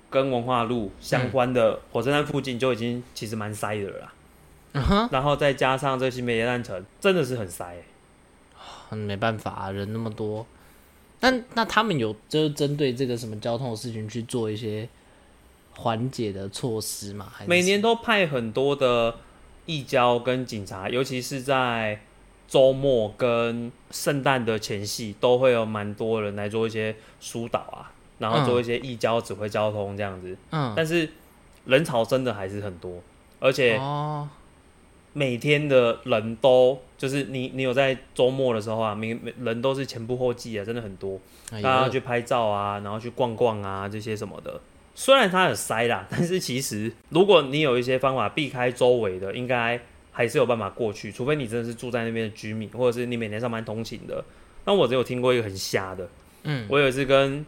[SPEAKER 3] 跟文化路相关的火车站附近就已经其实蛮塞的了啦。
[SPEAKER 2] 嗯哼，
[SPEAKER 3] 然后再加上这新北夜诞城，真的是很
[SPEAKER 2] 哎
[SPEAKER 3] 塞欸、
[SPEAKER 2] 很没办法、啊，人那么多。但那他们有就是针对这个什么交通的事情去做一些缓解的措施吗？还是
[SPEAKER 3] 每年都派很多的义交跟警察，尤其是在周末跟圣诞的前夕，都会有蛮多人来做一些疏导啊，然后做一些义交指挥交通这样子。
[SPEAKER 2] 嗯，
[SPEAKER 3] 但是人潮真的还是很多，而且
[SPEAKER 2] 哦，
[SPEAKER 3] 每天的人都就是你你有在周末的时候啊，每每人都是前仆后继啊，真的很多。
[SPEAKER 2] 哎
[SPEAKER 3] 大家
[SPEAKER 2] 呦
[SPEAKER 3] 去拍照啊，然后去逛逛啊，这些什么的。虽然它很塞啦， 但是其实如果你有一些方法避开周围的，应该还是有办法过去，除非你真的是住在那边的居民，或者是你每天上班通勤的。那我只有听过一个很瞎的，
[SPEAKER 2] 嗯，
[SPEAKER 3] 我有一次跟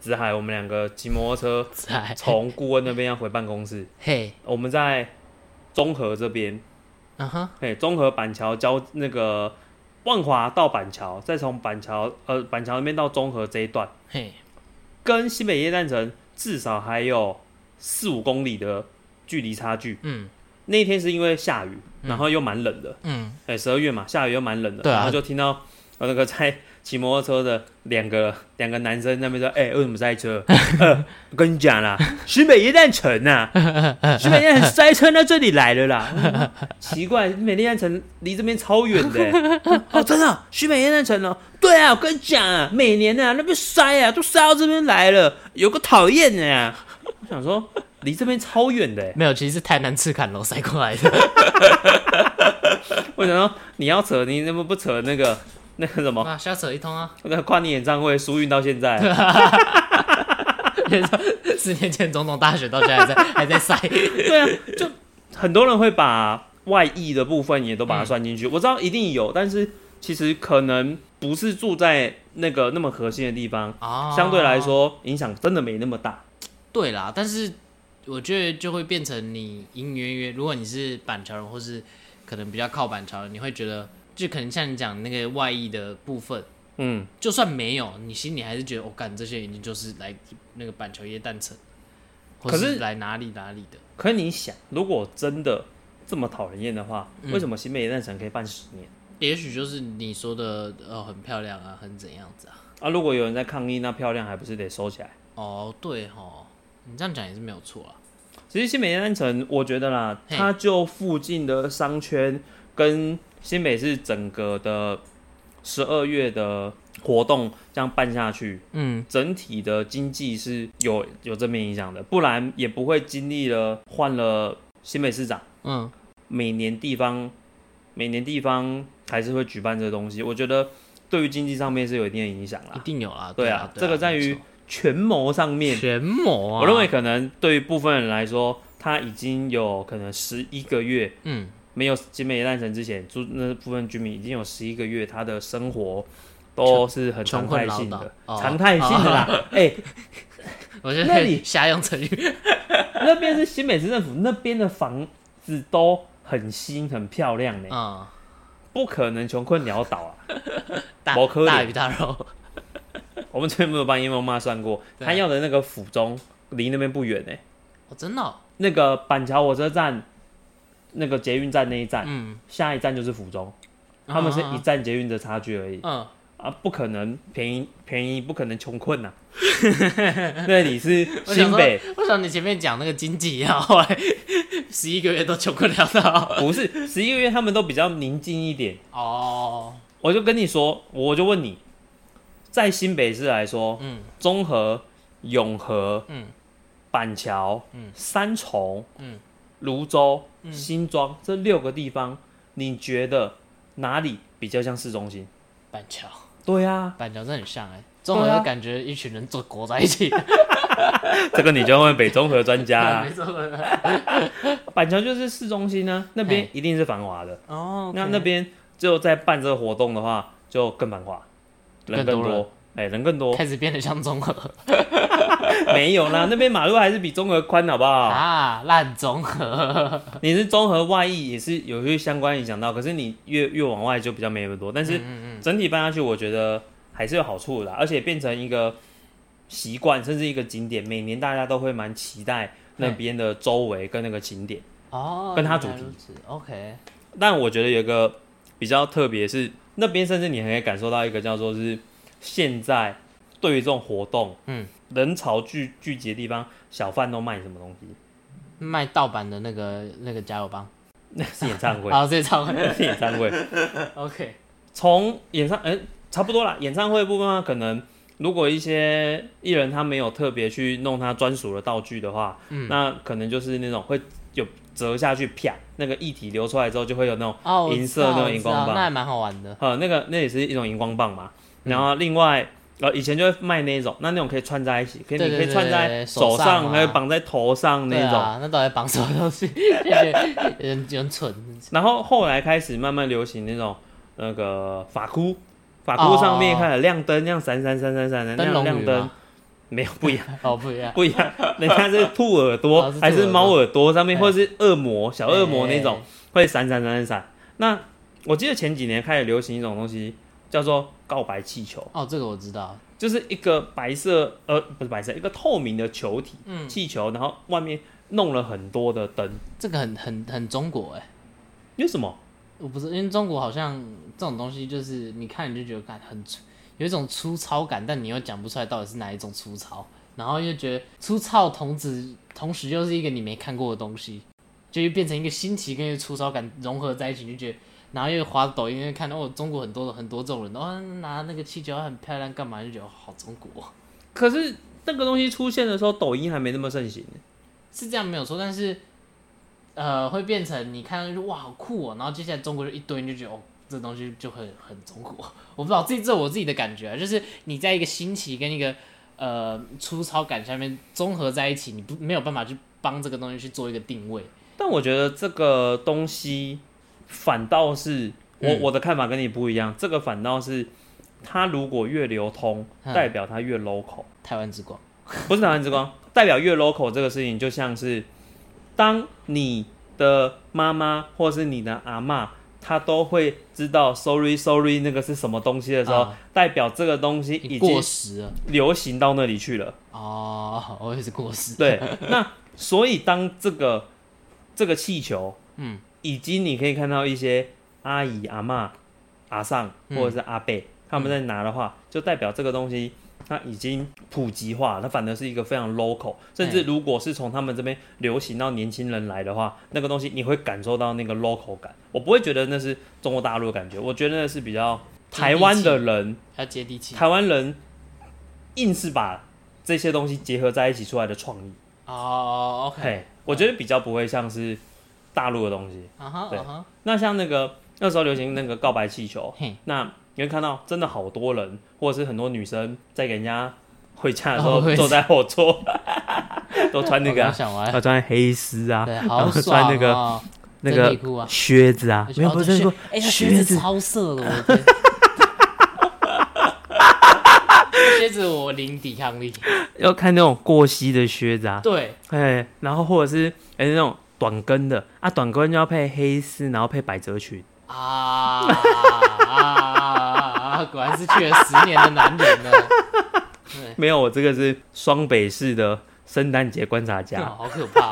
[SPEAKER 3] 子海，我们两个骑摩托车
[SPEAKER 2] 在
[SPEAKER 3] 从顾问那边要回办公室，
[SPEAKER 2] 哎嘿，
[SPEAKER 3] 我们在中和这边，
[SPEAKER 2] 嗯哼，
[SPEAKER 3] 嘿，中和板桥交那个万华到板桥，再从板桥呃板桥那边到中和这一段。
[SPEAKER 2] 嘿，
[SPEAKER 3] 跟新北耶诞城至少还有四五公里的距离差距。
[SPEAKER 2] 嗯
[SPEAKER 3] 那一天是因为下雨，然后又蛮冷的，
[SPEAKER 2] 嗯，
[SPEAKER 3] 哎、十二月嘛，下雨又蛮冷的，
[SPEAKER 2] 对啊
[SPEAKER 3] 然后就听到呃那个在骑摩托车的两个两个男生那边说，哎、为什么塞车？ 呃，我跟你讲啦，新北耶诞城呐、啊，新北耶诞城塞车到这里来了啦。我说奇怪，新北耶诞城离这边超远的、哦，真的啊，新北夜诞城哦。对啊，我跟你讲啊，每年啊那边塞啊，都塞到这边来了，有个讨厌的呀、我想说，离这边超远的、欸。
[SPEAKER 2] 没有，其实是台南赤坎楼塞过来的。
[SPEAKER 3] 我想说，你要扯，你怎么不扯那个那个什么？
[SPEAKER 2] 那瞎扯一通 啊！
[SPEAKER 3] 那 跨年演唱会疏运到现在，
[SPEAKER 2] 四年前总统大选到现在还在 还在塞，
[SPEAKER 3] 对啊，就很多人会把外溢的部分也都把它算进去。我知道一定有，但是其实可能不是住在那个那么核心的地方，
[SPEAKER 2] 哦
[SPEAKER 3] 相对来，说影响真的没那么大。
[SPEAKER 2] 对啦，但是我觉得就会变成你隐隐约约，如果你是板桥人，或是可能比较靠板桥人，你会觉得，就可能像你讲那个外溢的部分，
[SPEAKER 3] 嗯，
[SPEAKER 2] 就算没有，你心里还是觉得，我、哦、干这些人一定就是来那个板桥耶诞城，或
[SPEAKER 3] 可是
[SPEAKER 2] 来哪里哪里的，
[SPEAKER 3] 可是你想，如果真的这么讨人厌的话，为什么新北野战城可以办十年？
[SPEAKER 2] 也许就是你说的，呃，很漂亮啊，很怎样子啊。
[SPEAKER 3] 啊，如果有人在抗议，那漂亮还不是得收起来？
[SPEAKER 2] 哦，对吼，你这样讲也是没有错啊啦。
[SPEAKER 3] 其实新北夜诞城，我觉得啦，
[SPEAKER 2] 嘿
[SPEAKER 3] 它就附近的商圈跟新北市整个的十二月的活动这样办下去，
[SPEAKER 2] 嗯，
[SPEAKER 3] 整体的经济是有嗯有正面影响的，不然也不会经历了换了新北市长，
[SPEAKER 2] 嗯，
[SPEAKER 3] 每年地方每年地方还是会举办这个东西，我觉得对于经济上面是有一定的影响
[SPEAKER 2] 一
[SPEAKER 3] 啦。
[SPEAKER 2] 定有啦。
[SPEAKER 3] 对
[SPEAKER 2] 啊
[SPEAKER 3] 啊，，
[SPEAKER 2] 对啊
[SPEAKER 3] 这个在于权谋上
[SPEAKER 2] 没
[SPEAKER 3] 面
[SPEAKER 2] 错，权谋啊。
[SPEAKER 3] 我认为，可能对于部分人来说，他已经有可能十一个月
[SPEAKER 2] 嗯，
[SPEAKER 3] 没有集美诞城之前，住那部分居民已经有十一个月，他的生活都是很
[SPEAKER 2] 穷
[SPEAKER 3] 常
[SPEAKER 2] 困
[SPEAKER 3] 态
[SPEAKER 2] 潦
[SPEAKER 3] 性
[SPEAKER 2] 倒
[SPEAKER 3] 的，，
[SPEAKER 2] 哦
[SPEAKER 3] 常态性的。
[SPEAKER 2] 哦
[SPEAKER 3] 啦。哎、
[SPEAKER 2] 我觉
[SPEAKER 3] 那你
[SPEAKER 2] 得 瞎用成语。
[SPEAKER 3] 那边是新北市政府，那边的房子都很新、很漂亮呢、
[SPEAKER 2] 嗯，
[SPEAKER 3] 不可能穷困潦 倒啊！
[SPEAKER 2] 大
[SPEAKER 3] 没可能
[SPEAKER 2] 大鱼大肉。
[SPEAKER 3] 我们前面有帮叶梦妈算过，
[SPEAKER 2] 对啊
[SPEAKER 3] 他要的那个府中离那边不远呢、
[SPEAKER 2] 哦，真的哦。
[SPEAKER 3] 那个板桥火车站，那个捷运站那一站，
[SPEAKER 2] 嗯，
[SPEAKER 3] 下一站就是府中。他们是
[SPEAKER 2] 嗯
[SPEAKER 3] 一站捷运的差距而已
[SPEAKER 2] 嗯，
[SPEAKER 3] 啊，不可能便宜便宜，不可能穷困呐、 那你是新北，
[SPEAKER 2] 我想你前面讲那个经济一样，后来 十一个月都穷困潦倒。
[SPEAKER 3] 不是十一个月，他们都比较宁静一点。
[SPEAKER 2] 哦，
[SPEAKER 3] 我就跟你说，我就问你，在新北市来说，
[SPEAKER 2] 嗯，
[SPEAKER 3] 中和、永和、
[SPEAKER 2] 嗯、
[SPEAKER 3] 板桥、嗯、三重、
[SPEAKER 2] 嗯、
[SPEAKER 3] 泸州、新庄这六个地方，你觉得哪里比较像市中心？
[SPEAKER 2] 板桥，
[SPEAKER 3] 对啊，
[SPEAKER 2] 板桥真的很像哎，综合
[SPEAKER 3] 对啊
[SPEAKER 2] 感觉一群人坐裹在一起。
[SPEAKER 3] 这个你就要问北中和专家啦、
[SPEAKER 2] 没错。
[SPEAKER 3] 板桥就是市中心呢、那边
[SPEAKER 2] 嘿
[SPEAKER 3] 一定是繁华的。
[SPEAKER 2] 哦
[SPEAKER 3] 那那边只有在办这个活动的话，就更繁华，人更
[SPEAKER 2] 更多人
[SPEAKER 3] 多，哎、人更多。
[SPEAKER 2] 开始变得像综合。
[SPEAKER 3] 没有啦，那边马路还是比中和宽，好 不好？
[SPEAKER 2] 啊，烂综合，
[SPEAKER 3] 你是综合外溢也是有些相关影响到，可是你越越往外就比较没那么多。但是整体办下去，我觉得还是有好处的啦，而且变成一个习惯，甚至一个景点，每年大家都会蛮期待那边的周围跟那个景点。
[SPEAKER 2] 哦，
[SPEAKER 3] 跟它主题
[SPEAKER 2] 原来如此，OK，
[SPEAKER 3] 但我觉得有一个比较特别是，那边甚至你还可以感受到一个叫做是现在对于这种活动，
[SPEAKER 2] 嗯，
[SPEAKER 3] 人潮聚聚集的地方，小贩都卖什么东西？
[SPEAKER 2] 卖盗版的那个那个加油棒，
[SPEAKER 3] 那是演唱 会，
[SPEAKER 2] 好，这场
[SPEAKER 3] 是演唱会。
[SPEAKER 2] OK，
[SPEAKER 3] 从演唱，哎、差不多啦。演唱会部分啊，可能如果一些艺人他没有特别去弄他专属的道具的话，
[SPEAKER 2] 嗯
[SPEAKER 3] 那可能就是那种会有折下去啪，那个液体流出来之后就会有那种
[SPEAKER 2] 哦，我
[SPEAKER 3] 银
[SPEAKER 2] 知
[SPEAKER 3] 色
[SPEAKER 2] 道
[SPEAKER 3] 那
[SPEAKER 2] 我
[SPEAKER 3] 种荧
[SPEAKER 2] 知道
[SPEAKER 3] 光棒
[SPEAKER 2] 那还蛮好玩的。
[SPEAKER 3] 呃，那个那也是一种荧光棒嘛。
[SPEAKER 2] 嗯
[SPEAKER 3] 然后另外，呃，以前就会卖那种，那那种可以串在一起，可以
[SPEAKER 2] 对
[SPEAKER 3] 你可
[SPEAKER 2] 对
[SPEAKER 3] 以串
[SPEAKER 2] 对
[SPEAKER 3] 在
[SPEAKER 2] 对手上
[SPEAKER 3] 上，
[SPEAKER 2] 啊
[SPEAKER 3] 还有绑在头上
[SPEAKER 2] 对
[SPEAKER 3] 那种。
[SPEAKER 2] 啊，那到底绑什么东西？ 有点有点有点蠢。
[SPEAKER 3] 然后后来开始慢慢流行那种那个发箍，发箍上面
[SPEAKER 2] 哦
[SPEAKER 3] 开始亮灯，这样闪闪闪闪闪的那
[SPEAKER 2] 灯
[SPEAKER 3] 样
[SPEAKER 2] 笼
[SPEAKER 3] 亮
[SPEAKER 2] 鱼
[SPEAKER 3] 灯
[SPEAKER 2] 嘛，，
[SPEAKER 3] 没有不一样。
[SPEAKER 2] 哦不一样。
[SPEAKER 3] 不一样，人家是兔耳朵
[SPEAKER 2] 哦是兔耳朵
[SPEAKER 3] 还是猫耳朵上面，
[SPEAKER 2] 哎
[SPEAKER 3] 或者是恶魔小恶魔那种
[SPEAKER 2] 哎，
[SPEAKER 3] 会闪闪闪闪闪。那我记得前几年开始流行一种东西，叫做告白气球，
[SPEAKER 2] 哦，这个我知道。
[SPEAKER 3] 就是一个白色呃不是白色，一个透明的球体
[SPEAKER 2] 嗯，
[SPEAKER 3] 气球，然后外面弄了很多的灯，
[SPEAKER 2] 这个很很很中国哎、
[SPEAKER 3] 有什么？
[SPEAKER 2] 我不是因为中国好像这种东西就是你看你就觉得感很粗有一种粗糙感，但你又讲不出来到底是哪一种粗糙，然后又觉得粗糙同子同时又是一个你没看过的东西，就又变成一个新奇跟一个粗糙感融合在一起，你就觉得。然后又滑抖音，又看到哦，中国很多很多这种人，哦，拿那个气球很漂亮，干嘛就觉得哦好中国，
[SPEAKER 3] 可是那个东西出现的时候，抖音还没那么盛行。
[SPEAKER 2] 是这样没有错，但是，呃，会变成你看到就哇好酷哦，然后接下来中国就一堆，你就觉得哦，这东西就很很中国。我不知道，这这我自己的感觉啊，就是你在一个新奇跟一个呃粗糙感下面综合在一起，你不没有办法去帮这个东西去做一个定位。
[SPEAKER 3] 但我觉得这个东西反倒是我、
[SPEAKER 2] 嗯
[SPEAKER 3] 我的看法跟你不一样，这个反倒是它如果越流通，
[SPEAKER 2] 嗯
[SPEAKER 3] 代表它越 local，
[SPEAKER 2] 台湾之光，
[SPEAKER 3] 不是台湾之光，代表越 local 这个事情就像是当你的妈妈或是你的阿嬷，她都会知道 sorry sorry 那个是什么东西的时候，
[SPEAKER 2] 嗯
[SPEAKER 3] 代表这个东西
[SPEAKER 2] 你
[SPEAKER 3] 已
[SPEAKER 2] 过
[SPEAKER 3] 经
[SPEAKER 2] 时了
[SPEAKER 3] 流行到那里去了。
[SPEAKER 2] 哦，我也是过时。
[SPEAKER 3] 对，那所以当这个这个气球，
[SPEAKER 2] 嗯，
[SPEAKER 3] 以及你可以看到一些阿姨、阿嬷、阿上
[SPEAKER 2] 嗯
[SPEAKER 3] 或者是阿伯、他们在拿的话，就代表这个东西它已经普及化了，它反而是一个非常 local，甚至
[SPEAKER 2] 嗯
[SPEAKER 3] 如果是从他们这边流行到年轻人来的话，那个东西你会感受到那个 local 感，我不会觉得那是中国大陆的感觉，我觉得那是比较台湾的人，
[SPEAKER 2] 要接地气
[SPEAKER 3] 台湾人硬是把这些东西结合在一起出来的创意。
[SPEAKER 2] 哦，OK，
[SPEAKER 3] 嘿，我觉得比较不会像是大陆的东西。
[SPEAKER 2] 啊哈
[SPEAKER 3] 对
[SPEAKER 2] 啊哈，
[SPEAKER 3] 那像那个那时候流行那个告白气球
[SPEAKER 2] 嘿，
[SPEAKER 3] 那你会看到真的好多人，或者是很多女生在给人家回家的时
[SPEAKER 2] 哦
[SPEAKER 3] 候
[SPEAKER 2] 会
[SPEAKER 3] 坐在 后座，都穿那个
[SPEAKER 2] 我
[SPEAKER 3] 啊
[SPEAKER 2] 刚，想
[SPEAKER 3] 啊
[SPEAKER 2] 完，
[SPEAKER 3] 穿黑丝啊，
[SPEAKER 2] 对，
[SPEAKER 3] 然
[SPEAKER 2] 好
[SPEAKER 3] 后
[SPEAKER 2] 爽
[SPEAKER 3] 穿那个
[SPEAKER 2] 哦
[SPEAKER 3] 那
[SPEAKER 2] 真理裤
[SPEAKER 3] 个
[SPEAKER 2] 啊
[SPEAKER 3] 靴子啊，没有
[SPEAKER 2] 哦
[SPEAKER 3] 不
[SPEAKER 2] 对
[SPEAKER 3] 是说
[SPEAKER 2] 哎、他靴子
[SPEAKER 3] 子，
[SPEAKER 2] 超色的，我的 天 靴子我零抵抗力，
[SPEAKER 3] 要看那种过膝的靴子啊，
[SPEAKER 2] 对，
[SPEAKER 3] 哎，然后或者是哎那种短跟的啊，短跟就要配黑丝，然后配百褶裙。
[SPEAKER 2] 啊啊啊啊！果然是去了十年的男人呢。 对，
[SPEAKER 3] 没有，我这个是双北市的圣诞节观察家。
[SPEAKER 2] 哦好可怕、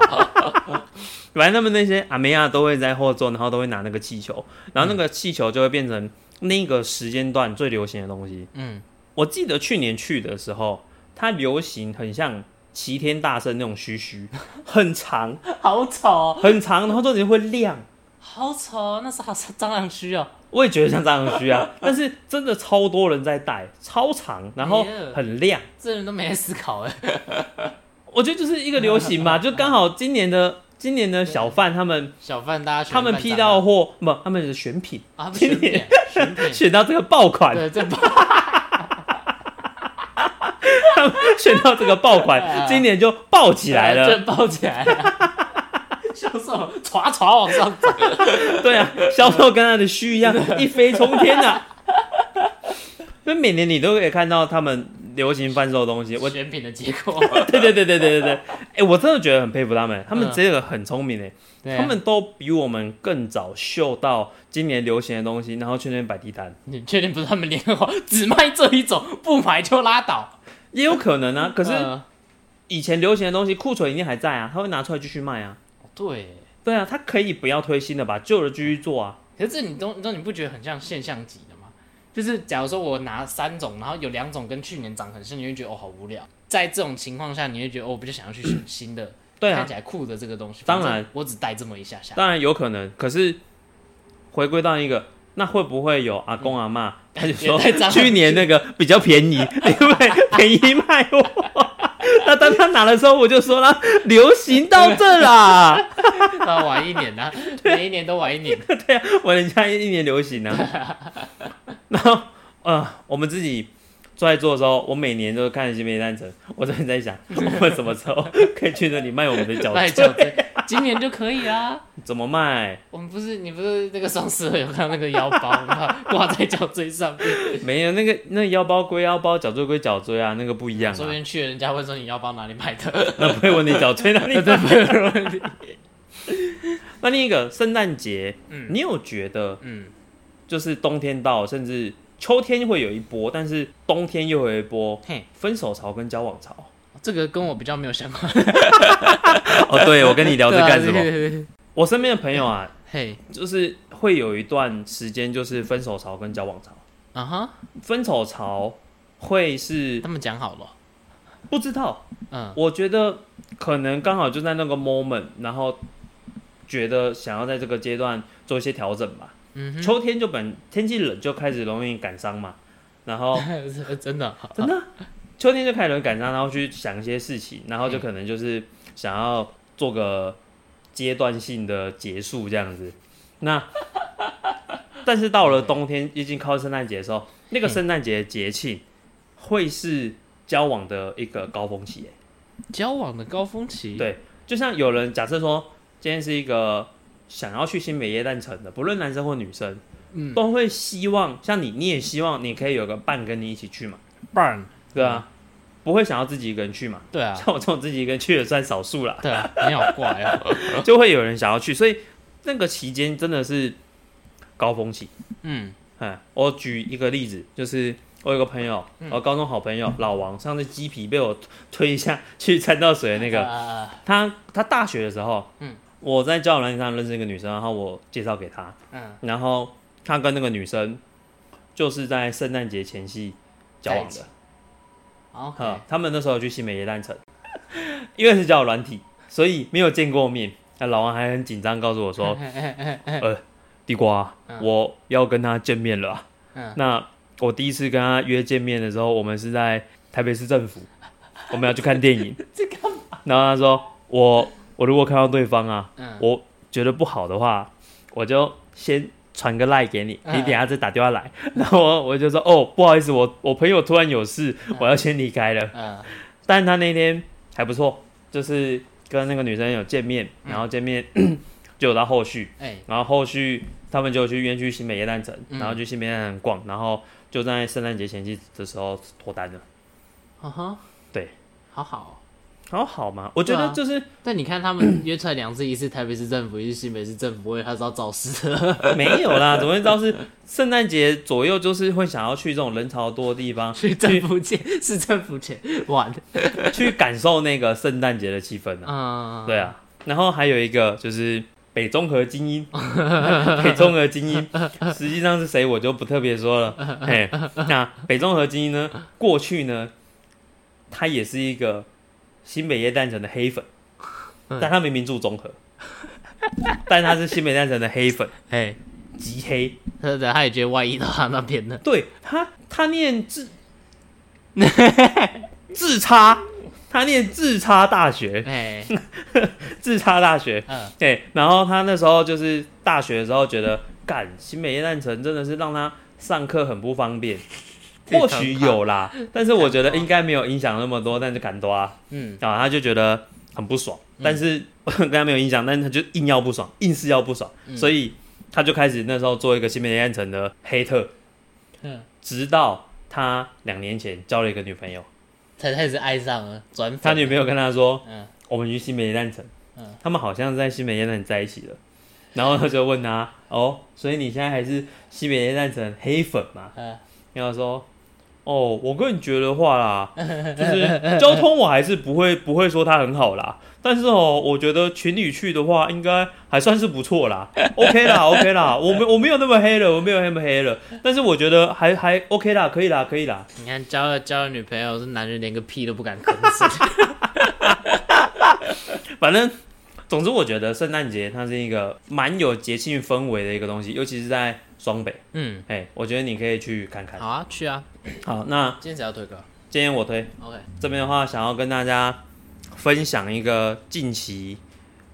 [SPEAKER 3] 反正他们那些阿梅亚都会在后座，然后都会拿那个气球，然后那个气球就会变成那个时间段最流行的东西。
[SPEAKER 2] 嗯，
[SPEAKER 3] 我记得去年去的时候，它流行很像齐天大圣那种须须， 很长
[SPEAKER 2] 好丑，
[SPEAKER 3] 很长，然后重点会亮。
[SPEAKER 2] 好丑，哦那是好是蟑螂须哦。
[SPEAKER 3] 我也觉得像蟑螂须啊，但是真的超多人在戴，超长，然后很亮。
[SPEAKER 2] 这人都没在思考哎。
[SPEAKER 3] 我觉得就是一个流行嘛，就刚好今年的今年的小贩他们
[SPEAKER 2] 小贩大家喜
[SPEAKER 3] 他
[SPEAKER 2] 欢
[SPEAKER 3] 们
[SPEAKER 2] 扮
[SPEAKER 3] 批
[SPEAKER 2] 蟑
[SPEAKER 3] 到
[SPEAKER 2] 螂
[SPEAKER 3] 货，不，他们的选品
[SPEAKER 2] 啊，他们选品选品，
[SPEAKER 3] 选到这个爆款，
[SPEAKER 2] 对，这不
[SPEAKER 3] 选到这个爆款，
[SPEAKER 2] 啊
[SPEAKER 3] 今年就爆起来了。
[SPEAKER 2] 这抱起来了， 销售歘歘往上走。
[SPEAKER 3] 对啊，销售跟他的虚一样，一飞冲天啊！所以每年你都可以看到他们流行贩售的东西。 我，
[SPEAKER 2] 选品的结果，
[SPEAKER 3] 对对对对对对对，哎，我真的觉得很佩服他们，他们
[SPEAKER 2] 嗯
[SPEAKER 3] 这个很聪明哎，
[SPEAKER 2] 对啊
[SPEAKER 3] 他们都比我们更早嗅到今年流行的东西，然后去那边摆地摊，
[SPEAKER 2] 你确定不是他们联合网只卖这一种，不买就拉倒？呃
[SPEAKER 3] 也有可能啊。可
[SPEAKER 2] 可
[SPEAKER 3] 是以前流行的东西库存一定还在啊，他会拿出来继续卖啊。
[SPEAKER 2] 对，
[SPEAKER 3] 对啊，他可以不要推新的吧，旧的继续做啊。
[SPEAKER 2] 可是这你都都你不觉得很像现象级的吗？就是假如说我拿三种，然后有两种跟去年长很像，你会觉得哦好无聊。在这种情况下，你会觉得哦我比较想要去选新的
[SPEAKER 3] 对啊
[SPEAKER 2] 看起，来酷的这个东西。
[SPEAKER 3] 当然
[SPEAKER 2] 反正我只带这么一下下。
[SPEAKER 3] 当然有可能，可是回归到一个，那会不会有阿公阿妈、他就说
[SPEAKER 2] 嗯也太脏了
[SPEAKER 3] 去年那个比较便宜， 你会不会便宜卖我？那当他拿的时候，我就说啦，流行到这啦，
[SPEAKER 2] 啊，晚一年 啊，每一年都晚一年。
[SPEAKER 3] 我人家一年流行啊。 然后呃，我们自己坐在做的时候，我每年都看新美单程，我真的在 想，我们什么时候可以去那里卖我们的脚
[SPEAKER 2] 那你
[SPEAKER 3] 趾？
[SPEAKER 2] 讲真，今年就可以啊。
[SPEAKER 3] 怎么卖？
[SPEAKER 2] 我们不是你不是那个双十二有看到那个腰包吗？挂在脚椎上面，
[SPEAKER 3] 没有那个那腰包归腰包，脚椎归脚椎啊，那个不一样、啊。
[SPEAKER 2] 说不定去了人家会说你腰包哪里买的。
[SPEAKER 3] 那不会问你脚吹哪里
[SPEAKER 2] 对不会
[SPEAKER 3] 问你。那另一个圣诞节，
[SPEAKER 2] 嗯
[SPEAKER 3] 你有觉得
[SPEAKER 2] 嗯，
[SPEAKER 3] 就是冬天到，甚至秋天会有一波，但是冬天又有一波
[SPEAKER 2] 嘿，
[SPEAKER 3] 分手潮跟交往潮？
[SPEAKER 2] 这个跟我比较没有相关。
[SPEAKER 3] 哦， 对，我跟你聊这
[SPEAKER 2] 对啊
[SPEAKER 3] 干什？么？
[SPEAKER 2] 对对对
[SPEAKER 3] 我身边的朋友啊，
[SPEAKER 2] 嘿，
[SPEAKER 3] 就是会有一段时间就是分手潮跟交往潮。
[SPEAKER 2] 啊哈，
[SPEAKER 3] 分手潮会是
[SPEAKER 2] 他们讲好了。
[SPEAKER 3] 不知道，
[SPEAKER 2] 嗯
[SPEAKER 3] 我觉得可能刚好就在那个 moment，然后觉得想要在这个阶段做一些调整吧。
[SPEAKER 2] 嗯哼，
[SPEAKER 3] 秋天就本天气冷就开始容易感伤嘛，然后
[SPEAKER 2] 真的
[SPEAKER 3] 真的秋天就开始容易感伤，然后去想一些事情，然后就可能就是想要做个阶段性的结束这样子。 那但是到了冬天，已经靠圣诞节的时候，那
[SPEAKER 2] 嗯
[SPEAKER 3] 个圣诞节节庆会是交往的一个高峰期耶。
[SPEAKER 2] 交往的高峰期。
[SPEAKER 3] 对就像有人假设说，今天是一个想要去新北耶诞城的，不论男生或女生，
[SPEAKER 2] 嗯
[SPEAKER 3] 都会希望像你，你也希望你可以有个伴跟你一起去嘛，
[SPEAKER 2] ，burn。
[SPEAKER 3] 对啊，不会想要自己一个人去嘛。
[SPEAKER 2] 嗯对啊，
[SPEAKER 3] 像我这种自己一个人去的算少数啦，
[SPEAKER 2] 对啊，你好怪哦。
[SPEAKER 3] 就会有人想要去，所以那个期间真的是高峰期。
[SPEAKER 2] 嗯
[SPEAKER 3] 嗯，我举一个例子，就是我有个朋友，
[SPEAKER 2] 嗯
[SPEAKER 3] 我高中好朋友老王，上次鸡皮被我推一下去参到水的 那个，
[SPEAKER 2] 啊
[SPEAKER 3] 他他大学的时候，
[SPEAKER 2] 嗯，
[SPEAKER 3] 我在交友软件上认识一个女生，然后我介绍给他，
[SPEAKER 2] 嗯，
[SPEAKER 3] 然后他跟那个女生就是在圣诞节前夕交往
[SPEAKER 2] 在一起
[SPEAKER 3] 的，
[SPEAKER 2] 好，OK，
[SPEAKER 3] 哈，他们那时候去新美耶诞城， 因为是交友软体，所以没有见过面。那老王还很紧张，告诉 我说呃，地瓜，我要跟他见面了啊、
[SPEAKER 2] 嗯
[SPEAKER 3] 那我第一次跟他约见面的时候，我们是在台北市 政府，我们要去看电影。
[SPEAKER 2] 这干嘛？
[SPEAKER 3] 然后他说，我我如果看到对方啊，
[SPEAKER 2] 嗯
[SPEAKER 3] 我觉得不好的话，我就先传个赖、给你，你
[SPEAKER 2] 嗯
[SPEAKER 3] 等一下再打电话来。 然后我就说，哦，不好意思，我我朋友突然有事，我要先离开了。
[SPEAKER 2] 嗯
[SPEAKER 3] 但他那天还不错，就是跟那个女生有见面，
[SPEAKER 2] 嗯
[SPEAKER 3] 然后见面、 就有到后续。
[SPEAKER 2] 哎
[SPEAKER 3] 然后后续他们就去约去新北耶诞城，
[SPEAKER 2] 嗯
[SPEAKER 3] 然后去新北耶诞城逛，然后就在圣诞节前夕的时候脱单了。
[SPEAKER 2] 哈啊哈，
[SPEAKER 3] 对，
[SPEAKER 2] 好好哦。
[SPEAKER 3] 好好嘛，我觉
[SPEAKER 2] 对
[SPEAKER 3] 得
[SPEAKER 2] 啊
[SPEAKER 3] 就是、
[SPEAKER 2] 但你看他们约出来两次，一次台北市政府，一次新北市政府，我以为他是要找死 的。
[SPEAKER 3] 没有啦，怎么会知道是圣诞节左右，就是会想要去这种人潮多的地方，
[SPEAKER 2] 去政府 前，市政府前玩。
[SPEAKER 3] 去感受那个圣诞节的气氛啊。
[SPEAKER 2] 嗯，
[SPEAKER 3] 对啊，然后还有一个就是北中和精英， 北中和精英，实际上是谁我就不特别说了。嘿，那北中和精英呢，过去呢，他也是一个新北耶诞城的黑粉，但他明明住中和，但他是新北诞城的黑粉，
[SPEAKER 2] 哎，
[SPEAKER 3] 极黑。
[SPEAKER 2] 他的他也觉得外溢到他那边了。
[SPEAKER 3] 对他，他念自自差，他念自差大学，
[SPEAKER 2] 哎，
[SPEAKER 3] 自差大学。
[SPEAKER 2] 嗯
[SPEAKER 3] 对，然后他那时候就是大学的时候觉得，干新北夜诞城真的是让他上课很不方便，或许有啦，但是我觉得应该没有影响那么多，但是敢多啊，
[SPEAKER 2] 哦嗯，
[SPEAKER 3] 然后他就觉得很不爽，但是 跟他没有影响，但是他就硬要不爽，硬是要不爽，
[SPEAKER 2] 嗯
[SPEAKER 3] 所以他就开始那时候做一个新北夜诞城的黑特，
[SPEAKER 2] 嗯，
[SPEAKER 3] 直到他两年前交了一个女朋友，
[SPEAKER 2] 才开始爱上了转粉。
[SPEAKER 3] 他女朋友跟他说，
[SPEAKER 2] 嗯
[SPEAKER 3] 我们去新北夜诞城，
[SPEAKER 2] 嗯
[SPEAKER 3] 他们好像在新北夜诞城在一起了。然后他就问他，哦，所以你现在还是新北夜诞城黑粉吗？
[SPEAKER 2] 嗯
[SPEAKER 3] 然后他说，哦，我个人觉得话啦， 就是交通我还是不会不会说它很好啦，但是哦，我觉得情侣去的话应该还算是不错啦 ，OK 啦 OK 啦，我没我没有那么黑了，我没有那么黑了，但是我觉得还还 OK 啦，可以啦可以啦。
[SPEAKER 2] 你看 交了交了女朋友，这男人连个屁都不敢吭声。
[SPEAKER 3] 反正总之我觉得圣诞节它是一个蛮有节庆氛围的一个东西，尤其是在双北，
[SPEAKER 2] 嗯，
[SPEAKER 3] 哎，我觉得你可以去看看。
[SPEAKER 2] 好啊，去啊，
[SPEAKER 3] 好，那
[SPEAKER 2] 今天谁要推歌
[SPEAKER 3] 今天我推
[SPEAKER 2] ？OK，
[SPEAKER 3] 这边的话，想要跟大家分享一个近期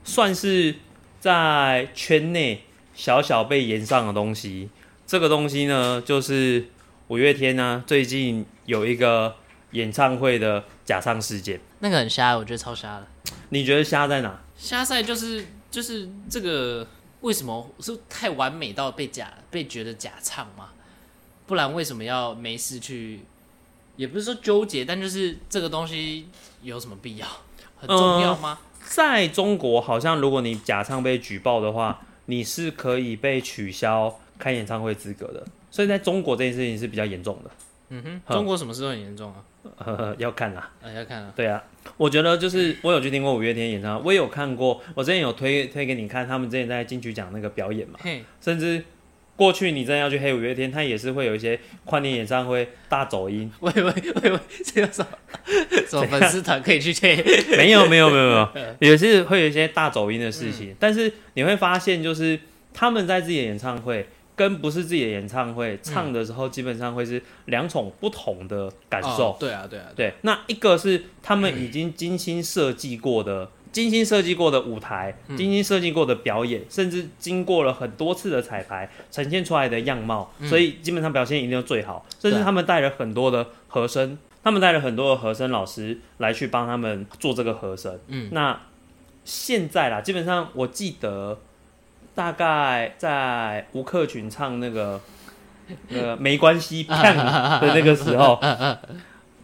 [SPEAKER 3] 算是在圈内小小被延上的东西。这个东西呢，就是五月天呢、最近有一个演唱会的假唱事件。
[SPEAKER 2] 那个很瞎，我觉得超瞎的。
[SPEAKER 3] 你觉得瞎在哪？
[SPEAKER 2] 瞎赛就是就是这个为什么是太完美到被假被觉得假唱吗？不然为什么要没事去？也不是说纠结，但就是这个东西有什么必要？很重要吗？
[SPEAKER 3] 在中国，好像如果你假唱被举报的话，你是可以被取消开演唱会资格的。所以在中国这件事情是比较严重的，
[SPEAKER 2] 嗯哼，
[SPEAKER 3] 好
[SPEAKER 2] 中国什么事都很严重啊！
[SPEAKER 3] 呃， 要看啦。
[SPEAKER 2] 哎，要看啊，
[SPEAKER 3] 对啊，我觉得就是我有去听过五月天演唱会，我也有看过，我之前有推推给你看，他们之前在金曲奖那个表演嘛，
[SPEAKER 2] 嘿，
[SPEAKER 3] 甚至过去你真的要去黑五月天，他也是会有一些跨年演唱会大走音，
[SPEAKER 2] 喂喂喂喂，这有什 么什么粉丝团可以去贴？
[SPEAKER 3] 没有没有没有没有，也是会有一些大走音的事情，但是你会发现就是他们在自己的演唱会。跟不是自己的演唱会唱的时候，基本上会是两种不同的感受。
[SPEAKER 2] 哦对啊，对啊，
[SPEAKER 3] 对，那一个是他们已经精心设计过
[SPEAKER 2] 嗯
[SPEAKER 3] 的、精心设计过的舞台、精心设计过的表演，甚至经过了很多次的彩排，呈现出来的样貌，所以基本上表现一定是最好。甚至
[SPEAKER 2] 嗯对
[SPEAKER 3] 他们带了很多的和声，他们带了很多的和声老师来去帮他们做这个和声。
[SPEAKER 2] 嗯，
[SPEAKER 3] 那现在啦，基本上我记得大概在吴克群唱那个。呃，没 关系，胖的那个时候，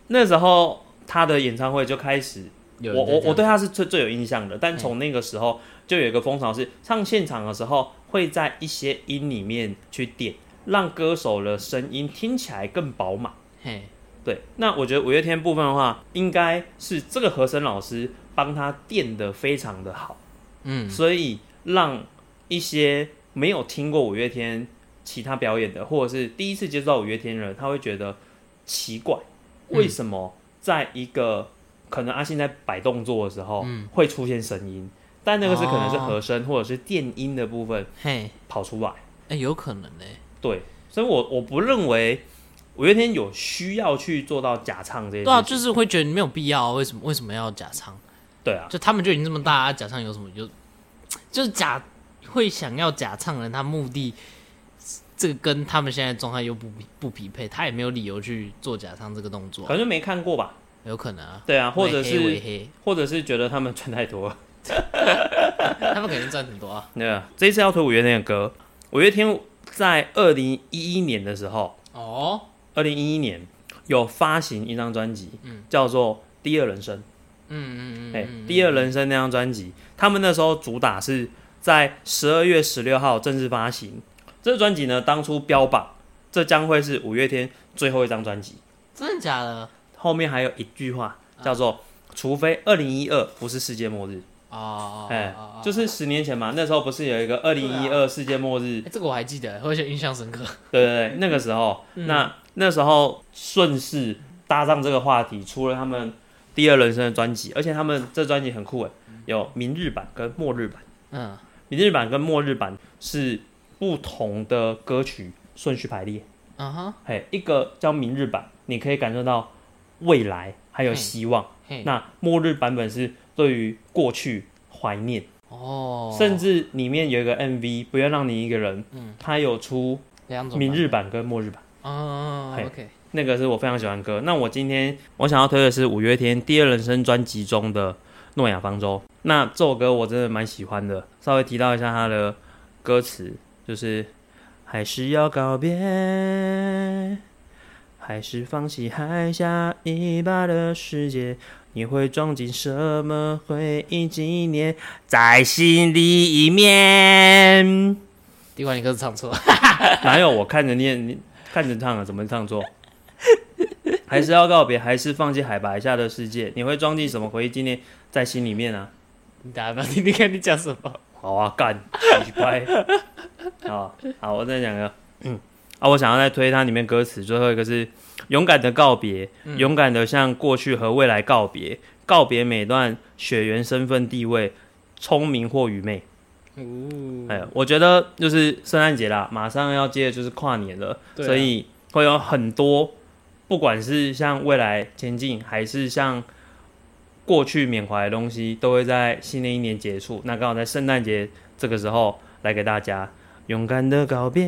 [SPEAKER 3] 那时候他的演唱会就开始，
[SPEAKER 2] 有
[SPEAKER 3] 我
[SPEAKER 2] 人在嗯这
[SPEAKER 3] 我
[SPEAKER 2] 样
[SPEAKER 3] 我对他是最最有印象的。但从那个时候就有一个风潮是，唱现场的时候会在一些音里面去点，让歌手的声音听起来更饱满。
[SPEAKER 2] 嘿，
[SPEAKER 3] 对，那我觉得五月天部分的话，应该是这个和声老师帮他垫的非常的好，
[SPEAKER 2] 嗯，
[SPEAKER 3] 所以让一些没有听过五月天其他表演的，或者是第一次接触到五月天的人，他会觉得奇怪，
[SPEAKER 2] 嗯
[SPEAKER 3] 为什么在一个可能阿信在摆动作的时候
[SPEAKER 2] 嗯
[SPEAKER 3] 会出现声音，但那个是可能是和声或者是电音的部分
[SPEAKER 2] 嘿，
[SPEAKER 3] 跑出来。
[SPEAKER 2] 哎，有可能呢。
[SPEAKER 3] 对，所以我我不认为五月天有需要去做到假唱这些事情。
[SPEAKER 2] 对啊，就是会觉得没有必要啊，为什么为什么要假唱？
[SPEAKER 3] 对啊，
[SPEAKER 2] 就他们就已经这么大、啊，假唱有什么有？就是假会想要假唱的人，他目的这个跟他们现在的状态又不匹不匹配，他也没有理由去做假唱这个动作
[SPEAKER 3] 可
[SPEAKER 2] 啊，
[SPEAKER 3] 能就没看过吧。
[SPEAKER 2] 有可能啊，
[SPEAKER 3] 对啊，或者
[SPEAKER 2] 为黑为
[SPEAKER 3] 是
[SPEAKER 2] 黑，
[SPEAKER 3] 或者是觉得他们赚太多了。
[SPEAKER 2] 他们肯定赚很多啊。
[SPEAKER 3] 对啊，这一次要推五月天的歌，五月天在二零一一年的时候，
[SPEAKER 2] 哦，
[SPEAKER 3] 二零一一年有发行一张专辑，叫做《第二人生》。
[SPEAKER 2] 嗯嗯嗯
[SPEAKER 3] 哎、第二人生那张专辑，他们那时候主打是在十二月十六号正式发行。这专辑呢，当初标榜这将会是五月天最后一张专辑，
[SPEAKER 2] 嗯，真的假的？
[SPEAKER 3] 后面还有一句话
[SPEAKER 2] 啊
[SPEAKER 3] 叫做“除非二零一二不是世界末日
[SPEAKER 2] 哦”，，
[SPEAKER 3] 哎、
[SPEAKER 2] 哦哦
[SPEAKER 3] 就是十年前嘛，那时候不是有一个二零一二世界末日？
[SPEAKER 2] 哎这个我还记得，而且印象深刻。
[SPEAKER 3] 对对对，那个时候，
[SPEAKER 2] 嗯
[SPEAKER 3] 那那时候顺势搭上这个话题，出了他们第二人生的专辑，而且他们这专辑很酷诶，有明日版跟末日版。
[SPEAKER 2] 嗯，
[SPEAKER 3] 明日版跟末日版是不同的歌曲顺序排列。
[SPEAKER 2] 嗯哼，
[SPEAKER 3] 嘿，一个叫明日版，你可以感受到未来还有希望；
[SPEAKER 2] 嘿，
[SPEAKER 3] 那末日版本是对于过去怀念，
[SPEAKER 2] 哦，
[SPEAKER 3] 甚至里面有一个 MV《不要让你一个人》，
[SPEAKER 2] 嗯
[SPEAKER 3] 它有出
[SPEAKER 2] 两种
[SPEAKER 3] 明
[SPEAKER 2] 版
[SPEAKER 3] 日版跟末日版。
[SPEAKER 2] 本，哦
[SPEAKER 3] 嘿
[SPEAKER 2] ，OK，
[SPEAKER 3] 那个是我非常喜欢的歌。那我今天我想要推的是五月天《第二人生》专辑中的《诺亚方舟》。那这首歌我真的蛮喜欢的，稍微提到一下它的歌词，就是还是要告别，还是放弃海下一把的世界。你会装进什么回忆纪念在心里面？
[SPEAKER 2] 地瓜你歌词唱错 了，
[SPEAKER 3] 哪有我看着念，你看着唱啊？怎么唱错？ 还是要告别，还是放弃海拔下的世界？你会装进什么回忆纪念在心里面啊？
[SPEAKER 2] 你打吧，听听看你讲什么。
[SPEAKER 3] 好啊，干，奇怪。好好，我再讲一个，嗯，啊，我想要再推它里面歌词，最后一个是勇敢的告别，勇敢的向过去和未来告别，告别每段血缘、身份、地位，聪明或愚昧。
[SPEAKER 2] 哦
[SPEAKER 3] 哎，我觉得就是圣诞节啦，马上要接的就是跨年了，
[SPEAKER 2] 对啊
[SPEAKER 3] 所以会有很多，不管是像未来前进，还是像过去缅怀的东西，都会在新的一年结束。那刚好在圣诞节这个时候来给大家勇敢的告别，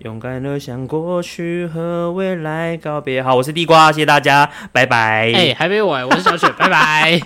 [SPEAKER 3] 勇敢的向过去和未来告别。好，我是地瓜，谢谢大家，拜拜。
[SPEAKER 2] 哎哎、还没完，我是小雪，拜拜。